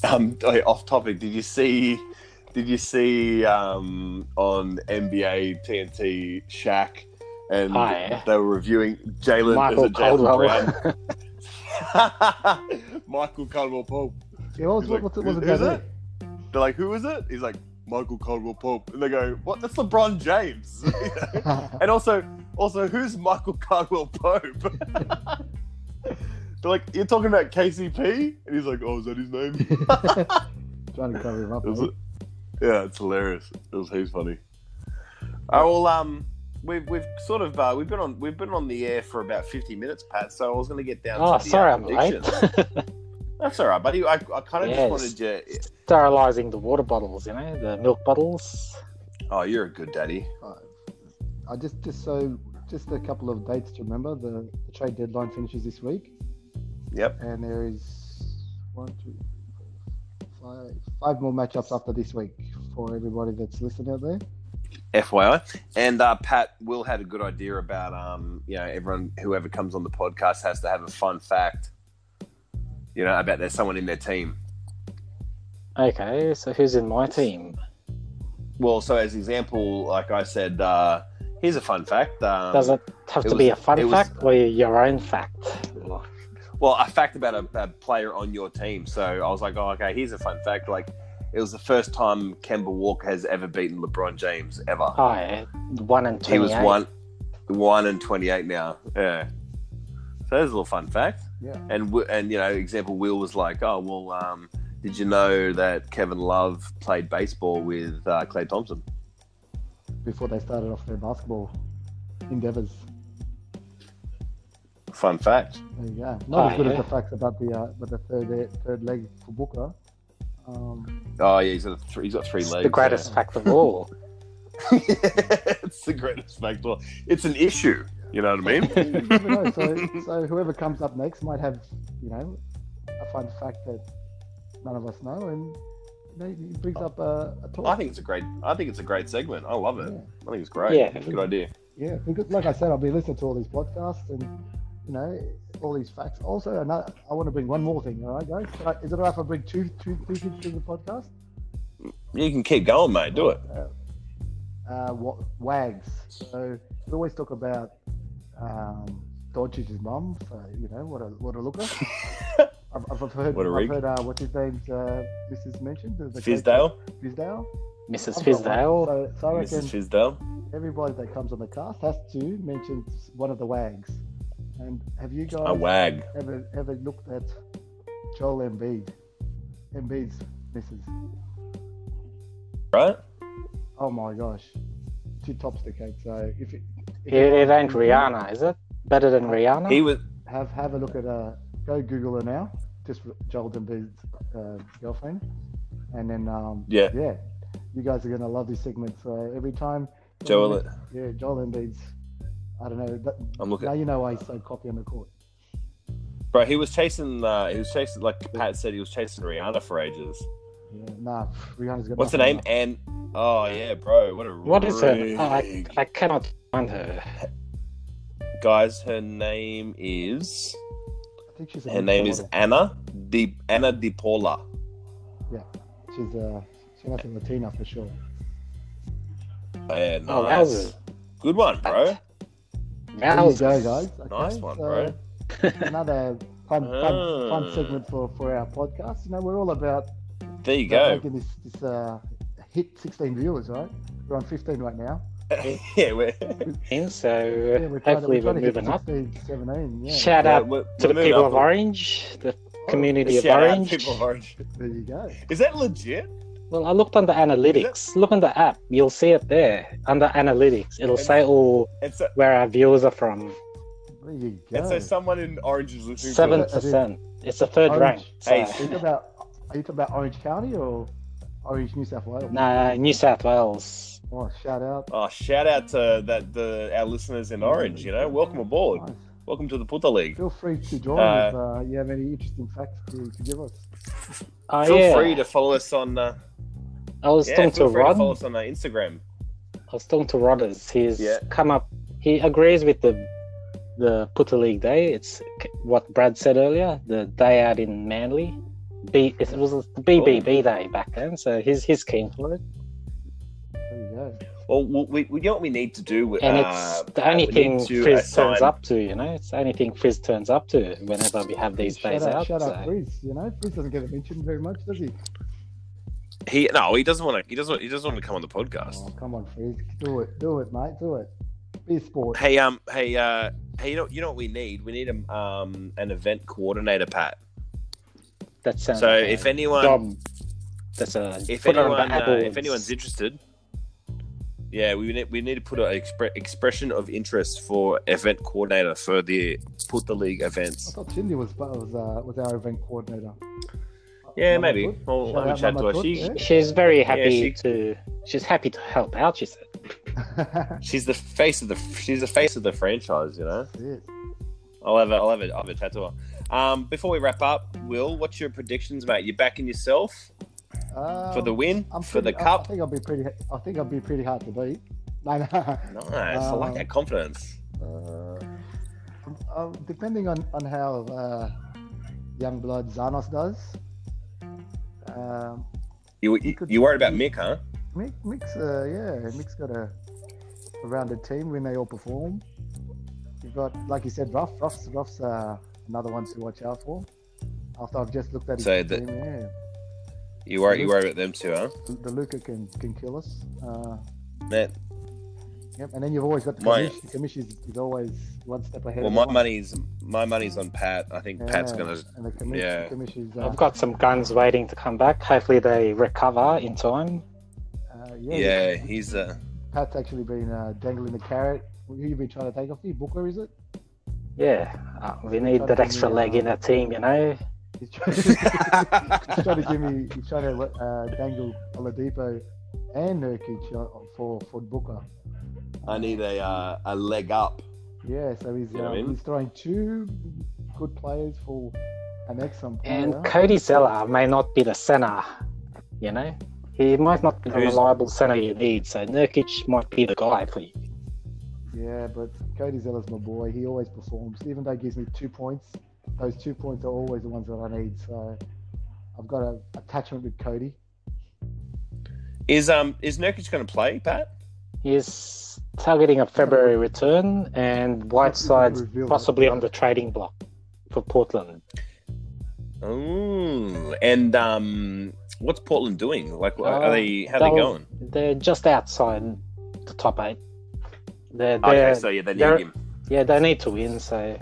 Speaker 3: Um, oh, yeah, off topic. Did you see? Did you see um, on NBA TNT Shaq and
Speaker 5: Oh, yeah.
Speaker 3: they were reviewing Jalen
Speaker 5: Michael
Speaker 3: as a Jalen
Speaker 5: Caldwell.
Speaker 3: Brown? Michael Caldwell Pope.
Speaker 4: Yeah, what was,
Speaker 3: He's like,
Speaker 4: what, what, what
Speaker 3: "Who-
Speaker 4: was
Speaker 3: who's
Speaker 4: that?
Speaker 3: that? They're like, who is it? He's like Michael Caldwell Pope, and they go, what? That's LeBron James. and also, also, who's Michael Caldwell Pope? They're like, you're talking about KCP, and he's like, oh, is that his name?
Speaker 4: Trying to cover him up.
Speaker 3: It was-
Speaker 4: mate.
Speaker 3: yeah, it's hilarious. It was he's funny. I will. Um, we've we've sort of uh, we've been on we've been on the air for about fifty minutes, Pat. So I was going to get down.
Speaker 5: Oh,
Speaker 3: to the,
Speaker 5: sorry,
Speaker 3: uh,
Speaker 5: I'm late.
Speaker 3: predictions. That's all right, buddy. I, I kind of
Speaker 5: Yes.
Speaker 3: just wanted you.
Speaker 5: Sterilizing the water bottles, you know, the milk bottles.
Speaker 3: Oh, you're a good daddy.
Speaker 4: Uh, I just just so just a couple of dates to remember. The, the trade deadline finishes this week,
Speaker 3: Yep.
Speaker 4: and there is one, two, three, four, five, five more matchups after this week for everybody that's listening out there.
Speaker 3: FYI, and uh, Pat Will had a good idea about um, you know, everyone whoever comes on the podcast has to have a fun fact. You know, about there's someone in their team.
Speaker 5: Okay, so who's in my team?
Speaker 3: Well, so as example, like I said, uh, here's a fun fact. Um,
Speaker 5: Does it have
Speaker 3: it
Speaker 5: to be a
Speaker 3: was-
Speaker 5: fun
Speaker 3: it was-
Speaker 5: fact or your own fact?
Speaker 3: Well, a fact about a, a player on your team. So I was like, oh, okay, here's a fun fact. Like, it was the first time Kemba Walker has ever beaten LeBron James ever.
Speaker 5: Oh, yeah, one and
Speaker 3: he was
Speaker 5: twenty-eight.
Speaker 3: one, one and twenty-eight now. Yeah. So there's a little fun fact.
Speaker 4: Yeah.
Speaker 3: And Wi- and you know, example, Will was like, oh well, um, did you know that Kevin Love played baseball with uh, Clay Thompson?
Speaker 4: Before they started off their basketball endeavors.
Speaker 3: Fun fact.
Speaker 4: There you go. Not
Speaker 5: Ah,
Speaker 4: as good
Speaker 5: yeah.
Speaker 4: as the facts about the uh, but the third third leg for Booker. Um,
Speaker 3: Oh yeah, he's got a three, he's got three
Speaker 5: It's
Speaker 3: legs.
Speaker 5: the greatest
Speaker 4: yeah.
Speaker 5: fact of all.
Speaker 3: it's the greatest fact. Well, it's an issue. You know what I mean?
Speaker 4: you never know. So so whoever comes up next might have you know a fun fact that none of us know, and you know, it brings up a, a talk.
Speaker 3: I think it's a great. I think it's a great segment. I love it. I think it's great.
Speaker 5: Yeah.
Speaker 3: It's a good idea.
Speaker 4: Yeah, because like I said, I've been listening to all these podcasts, and you know, all these facts. Also, another, I want to bring one more thing. All right, guys, Can I- is it alright if I bring two, two, two things to the podcast?
Speaker 3: You can keep going, mate. Do it.
Speaker 4: Uh, what wags? So we always talk about um, Doncic's mum. So you know what a what a looker. I've, I've I've heard
Speaker 3: What a
Speaker 4: I've
Speaker 3: rig.
Speaker 4: heard uh, what's his name's uh, Mrs. mentioned. the- the coach-
Speaker 3: Fizdale,
Speaker 4: Fizdale.
Speaker 5: Mrs.
Speaker 4: I've got one.
Speaker 5: Fizdale.
Speaker 4: So, so I reckon
Speaker 3: Mrs. Fizdale.
Speaker 4: everybody that comes on the cast has to mention one of the wags. And have you guys?
Speaker 3: A wag.
Speaker 4: ever ever looked at Joel Embiid? Embiid's Mrs.
Speaker 3: Right?
Speaker 4: Oh my gosh, she tops the cake. So if it, if
Speaker 5: It, it ain't Rihanna, is it? Better than Rihanna?
Speaker 3: He was
Speaker 4: have have a look at uh, go Google her now. Just Joel Embiid's uh, girlfriend, and then um,
Speaker 3: Yeah.
Speaker 4: yeah, you guys are gonna love this segment. So every time
Speaker 3: Joel.
Speaker 5: Mm-hmm.
Speaker 3: uh,
Speaker 4: yeah, Joel Embiid's. I don't know. That,
Speaker 3: I'm looking,
Speaker 4: now you know why he's so cocky on the court.
Speaker 3: bro. He was chasing. Uh, he was chasing. Like Pat said, he was chasing Rihanna for ages.
Speaker 4: Yeah, nah, Rihanna's got
Speaker 3: What's her
Speaker 4: nothing
Speaker 3: name? And oh yeah, bro. What a
Speaker 5: What is her?
Speaker 3: rig.
Speaker 5: Oh, I, I cannot find her.
Speaker 3: Guys, her name is.
Speaker 4: on- I think she's a
Speaker 3: Her name is Anna. Di Anna Di Paula.
Speaker 4: She's uh, she's nothing Latina for sure.
Speaker 3: Yeah, nice.
Speaker 5: Oh, that was
Speaker 3: Good one, bro.
Speaker 5: that
Speaker 4: There you
Speaker 5: was
Speaker 4: go, guys.
Speaker 3: Nice
Speaker 4: Okay,
Speaker 3: one,
Speaker 4: so
Speaker 3: bro.
Speaker 4: Another fun, fun, fun
Speaker 3: Ah.
Speaker 4: segment for, for our podcast. You know, we're all about
Speaker 3: There you
Speaker 4: about
Speaker 3: go.
Speaker 4: making this, this uh, hit 16 viewers, right? We're on 15 right now.
Speaker 3: yeah, we're,
Speaker 5: in, so
Speaker 4: we're trying to-
Speaker 5: hopefully
Speaker 4: we're
Speaker 5: we're
Speaker 4: trying to
Speaker 5: moving
Speaker 4: hit
Speaker 5: up.
Speaker 4: 16, 17, yeah.
Speaker 5: Shout
Speaker 3: yeah,
Speaker 5: out
Speaker 3: we're,
Speaker 5: to
Speaker 3: we're
Speaker 5: the
Speaker 3: moving
Speaker 5: people
Speaker 3: up.
Speaker 5: of Orange, the community of
Speaker 3: Shout out
Speaker 5: Orange.
Speaker 3: people of Orange.
Speaker 4: There you go.
Speaker 3: Is that legit?
Speaker 5: Well, I looked under analytics. Look on the app. You'll see it there under analytics. It'll say all
Speaker 3: And so,
Speaker 5: where our viewers are from.
Speaker 4: There you
Speaker 3: and so
Speaker 4: go.
Speaker 3: someone in Orange is listening
Speaker 5: Seven
Speaker 3: to
Speaker 5: percent. It's the third
Speaker 4: Orange.
Speaker 5: rank. So,
Speaker 4: Are you talking about, are you talking about Orange County or Orange, New South Wales?
Speaker 5: nah, New South Wales.
Speaker 4: Oh, shout out.
Speaker 3: this. Oh, shout out to that the our listeners in Orange. You know, welcome aboard.
Speaker 4: Nice.
Speaker 3: Welcome to the Puta League.
Speaker 4: Feel free to join
Speaker 3: Uh,
Speaker 4: if uh, you have any interesting facts to, to give us.
Speaker 5: Oh,
Speaker 3: Feel
Speaker 5: yeah.
Speaker 3: free to follow us on. Uh,
Speaker 5: I was
Speaker 3: yeah,
Speaker 5: talking to
Speaker 3: feel free to
Speaker 5: Rod.
Speaker 3: follow us on uh, Instagram.
Speaker 5: I was talking to Rodders. He's
Speaker 3: Yeah.
Speaker 5: come up. He agrees with the the Puta League Day. It's c- what Brad said earlier. The day out in Manly. B, it was the
Speaker 3: Oh.
Speaker 5: BBB Day back then. So he's he's keen for it.
Speaker 4: There you go.
Speaker 3: Well, we, we you know what we need to do.
Speaker 5: And it's
Speaker 3: uh,
Speaker 5: the only
Speaker 3: we
Speaker 5: thing
Speaker 3: need to uh,
Speaker 5: Fizz turns
Speaker 3: assign-
Speaker 5: up to, you know? It's the only thing Fizz turns up to whenever we have these
Speaker 4: shout
Speaker 5: days
Speaker 4: out,
Speaker 5: out.
Speaker 4: shout out
Speaker 5: so.
Speaker 4: Frizz. You know, Frizz doesn't get mentioned very much, does he?
Speaker 3: He no, he doesn't want to. He doesn't. He doesn't want to come on the podcast.
Speaker 4: Oh, come on, Frizz. Do it. Do it, mate. Do it. Be a sport.
Speaker 3: Hey, um, hey, uh, hey, you know, you know what we need? We need a, um, an event coordinator, Pat.
Speaker 5: That sounds
Speaker 3: So
Speaker 5: like
Speaker 3: if
Speaker 5: a
Speaker 3: anyone,
Speaker 5: job. That's a
Speaker 3: if
Speaker 5: put it on the
Speaker 3: anyone, uh, if
Speaker 5: Apples.
Speaker 3: anyone's interested, yeah, we need we need to put an expre- expression of interest for event coordinator for the put the league
Speaker 4: I
Speaker 3: events.
Speaker 4: thought Cindy was was, uh, was our event coordinator.
Speaker 3: Yeah,
Speaker 4: Mama
Speaker 3: maybe.
Speaker 4: Tut?
Speaker 3: We'll
Speaker 4: Shout
Speaker 3: have a
Speaker 4: out
Speaker 3: chat
Speaker 4: Mama
Speaker 3: to her.
Speaker 4: Tut,
Speaker 3: She,
Speaker 4: yeah?
Speaker 5: She's very happy
Speaker 3: she-
Speaker 5: to she's happy to help out, she said.
Speaker 3: she's the face of the she's the face of the franchise. You know,
Speaker 4: That's it.
Speaker 3: I'll have a, I'll have a, I'll have a chat to her. Um, before we wrap up, Will, what's your predictions, mate? You backing yourself for the
Speaker 4: Um,
Speaker 3: win
Speaker 4: I'm
Speaker 3: for the
Speaker 4: pretty- I- I
Speaker 3: cup?
Speaker 4: think I'll be pretty. I think I'll be pretty hard to beat. No, no.
Speaker 3: Nice. I like
Speaker 4: Um,
Speaker 3: that confidence.
Speaker 4: Um, depending on on how uh, young blood Zanos does. Um,
Speaker 3: You you,
Speaker 4: could-
Speaker 3: you worried about Mick, huh?
Speaker 4: Mick, Mick's, uh, yeah, Mick's got a, a rounded team when they all perform. You've got, like you said, Ruff. Ruff's, Ruff's uh, another one to watch out for. After I've just looked at his
Speaker 3: So the-
Speaker 4: team, yeah,
Speaker 3: You worry you worry about them too, huh?
Speaker 4: the, the Luca can, can kill us. Uh,
Speaker 3: That,
Speaker 4: yep. And then you've always got the
Speaker 3: My-
Speaker 4: Kamish. The Kamish is, is always one step ahead.
Speaker 3: well,
Speaker 4: of
Speaker 3: my
Speaker 4: everyone.
Speaker 3: money's my money's on Pat. I think Pat's
Speaker 4: Yeah,
Speaker 3: gonna.
Speaker 4: And the Kamish,
Speaker 3: yeah.
Speaker 4: the Kamish is. Uh,
Speaker 5: I've got some guns waiting to come back. Hopefully they recover in time.
Speaker 4: uh,
Speaker 3: Yeah,
Speaker 4: yeah,
Speaker 3: he's uh,
Speaker 4: Pat's actually been uh, dangling the carrot. Who you been trying to take off you? Booker, is it?
Speaker 5: Yeah. Uh, we need that extra leg in our team, you know.
Speaker 4: He's trying to, he's trying to give me. He's trying to uh, dangle Oladipo and Nurkic on- for for Booker.
Speaker 3: I need a uh, a leg up.
Speaker 4: Yeah, so he's
Speaker 3: You know
Speaker 4: uh,
Speaker 3: what I mean?
Speaker 4: he's throwing two good players for an excellent player.
Speaker 5: And Cody Zeller may not be the center, you know? He might not be the
Speaker 3: Who's-
Speaker 5: reliable center you need, so Nurkic might be the guy for you.
Speaker 4: Yeah, but Cody Zeller's my boy. He always performs. Even though he gives me two points, those two points are always the ones that I need. So I've got an attachment with Cody.
Speaker 3: Is um is Nurkic going to play, Pat?
Speaker 5: He's targeting a February return, and Whiteside's
Speaker 4: Reveal.
Speaker 5: possibly on the trading block for Portland.
Speaker 3: Oh, and um, what's Portland doing? Like, are
Speaker 5: Uh,
Speaker 3: they how
Speaker 5: that
Speaker 3: they
Speaker 5: was-
Speaker 3: going?
Speaker 5: They're just outside the top eight. They're, they're,
Speaker 3: Okay, so yeah, they need
Speaker 5: they're-
Speaker 3: him.
Speaker 5: yeah, they need to win. So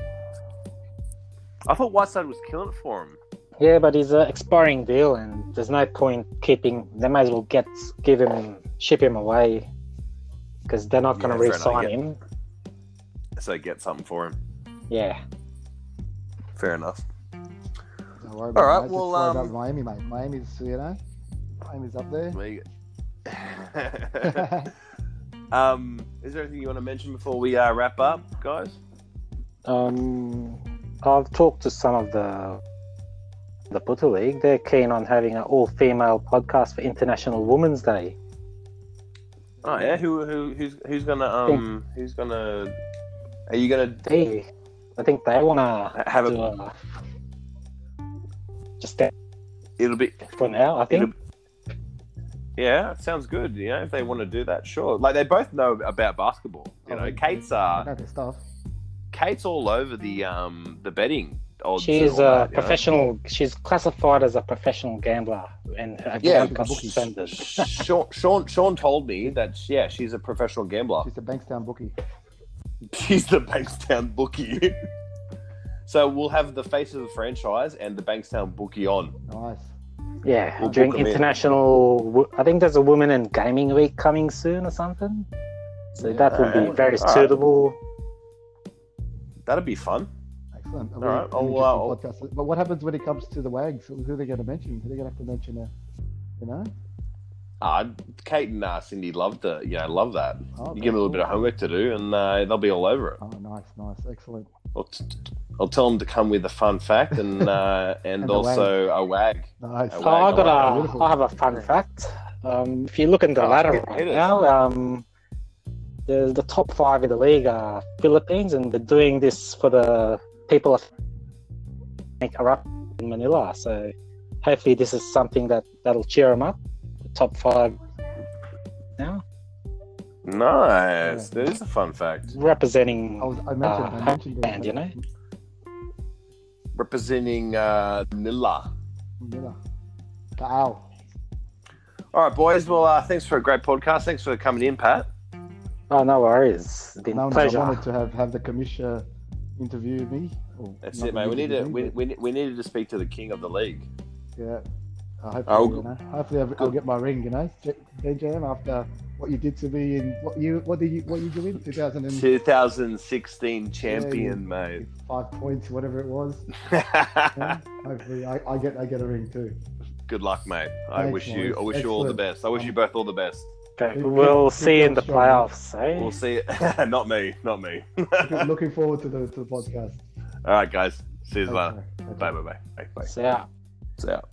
Speaker 3: I thought Whiteside was killing it for him.
Speaker 5: yeah, but it's an expiring deal, and there's no point keeping. They might as well get give him ship him away because they're not going
Speaker 3: Yeah,
Speaker 5: to
Speaker 3: fair enough,
Speaker 5: re-sign
Speaker 3: yeah.
Speaker 5: him.
Speaker 3: So get something for him.
Speaker 5: Yeah,
Speaker 3: Fair enough.
Speaker 4: Don't worry about
Speaker 3: All right,
Speaker 4: it, mate.
Speaker 3: well,
Speaker 4: Just worry
Speaker 3: um,
Speaker 4: about Miami, mate. Miami's, you know, Miami's up there.
Speaker 3: There you go. um, is there anything you want to mention before we uh, wrap up, guys?
Speaker 5: um, I've talked to some of the the Putter League. They're keen on having an all-female podcast for International Women's Day.
Speaker 3: Oh yeah, who who who's who's gonna um who's gonna are you gonna
Speaker 5: They, I think they want to
Speaker 3: have
Speaker 5: do
Speaker 3: a
Speaker 5: a just that
Speaker 3: it'll be
Speaker 5: for now. I think.
Speaker 3: It'll- yeah, it sounds good. You know, if they want to do that, sure. Like they both know about basketball. You
Speaker 4: Oh,
Speaker 3: know,
Speaker 4: they-
Speaker 3: Kate's
Speaker 4: I
Speaker 3: uh
Speaker 4: know the stuff.
Speaker 3: Kate's all over the um the betting odds. and all
Speaker 5: She's a
Speaker 3: that, you know?
Speaker 5: professional. She's classified as a professional gambler, and her
Speaker 3: Yeah,
Speaker 5: account got
Speaker 4: bookies.
Speaker 5: suspended.
Speaker 3: Sean, Sean Sean told me that yeah, she's a professional gambler.
Speaker 4: She's a Bankstown bookie.
Speaker 3: She's the Bankstown bookie. so we'll have the face of the franchise and the Bankstown bookie on.
Speaker 4: Nice.
Speaker 5: Yeah,
Speaker 3: We'll
Speaker 5: during
Speaker 3: book 'em in.
Speaker 5: international, wo- I think there's a women in gaming week coming soon or something. So
Speaker 4: Yeah.
Speaker 5: that would be
Speaker 3: Alright,
Speaker 5: very
Speaker 3: alright.
Speaker 5: suitable.
Speaker 3: That'd be fun.
Speaker 4: Excellent. A
Speaker 3: All right,
Speaker 4: really
Speaker 3: I'll,
Speaker 4: interesting podcast. But what happens when it comes to the Wags? Who are they going to mention? Who are they going to have to mention? Uh, you know?
Speaker 3: Uh, Kate and uh, Cindy loved it. You know, love that.
Speaker 4: Oh,
Speaker 3: You give them a little bit of homework to do, and uh, they'll be all over it.
Speaker 4: Oh, nice, nice, excellent.
Speaker 3: I'll, t- I'll tell them to come with a fun fact and uh, and,
Speaker 4: And a
Speaker 3: also a wag.
Speaker 4: Nice.
Speaker 3: Oh,
Speaker 5: Oh, I
Speaker 3: Wag,
Speaker 5: got
Speaker 3: alright,
Speaker 5: a.
Speaker 4: beautiful.
Speaker 5: I have a fun fact. Um, if you look in the
Speaker 3: Oh,
Speaker 5: ladder
Speaker 3: hit-
Speaker 5: right
Speaker 3: hit us.
Speaker 5: now, um, there's the top five in the league are Philippines, and they're doing this for the people of corrupt in Manila. So hopefully, this is something that that'll cheer them up. The top five now
Speaker 3: Nice. That is a fun fact.
Speaker 5: representing
Speaker 4: I was. I mentioned.
Speaker 5: uh,
Speaker 4: I mentioned. it.
Speaker 5: homeland, you know.
Speaker 3: Representing uh, Nilla.
Speaker 4: Miller. The owl.
Speaker 3: All right, boys. Well, uh, thanks for a great podcast. Thanks for coming in, Pat.
Speaker 5: Oh, no worries. It's been
Speaker 4: No
Speaker 5: a
Speaker 4: one
Speaker 5: pleasure.
Speaker 4: wanted to have have the commissioner interview me. Or
Speaker 3: That's
Speaker 4: not
Speaker 3: it, mate. We need to
Speaker 4: interview me,
Speaker 3: we, we, we needed to speak to the king of the league.
Speaker 4: but, Yeah. Uh, hopefully,
Speaker 3: I'll-
Speaker 4: you know, hopefully I'll, I'll get my ring. You know, J- Benjamin, after what you did to me in what you what did you what you do in 2005
Speaker 3: 2016 champion, mate.
Speaker 4: points, whatever it was. Yeah. hopefully, I, I get I get a ring too.
Speaker 3: Good luck, mate. I
Speaker 4: Thanks,
Speaker 3: wish you
Speaker 4: boys.
Speaker 3: I wish you all the
Speaker 4: Excellent.
Speaker 3: best. I wish you both all the best.
Speaker 5: Okay,
Speaker 4: Keep-
Speaker 5: we'll
Speaker 4: keep-
Speaker 5: see
Speaker 4: keep
Speaker 5: you in
Speaker 4: on
Speaker 5: the
Speaker 4: showing.
Speaker 5: playoffs. Eh?
Speaker 3: We'll see you. not me, not me. all
Speaker 4: Looking forward to the to the podcast.
Speaker 3: right, guys. See you later.
Speaker 4: Okay, okay.
Speaker 3: Bye, bye, bye. Bye, bye.
Speaker 5: See ya.
Speaker 3: See ya.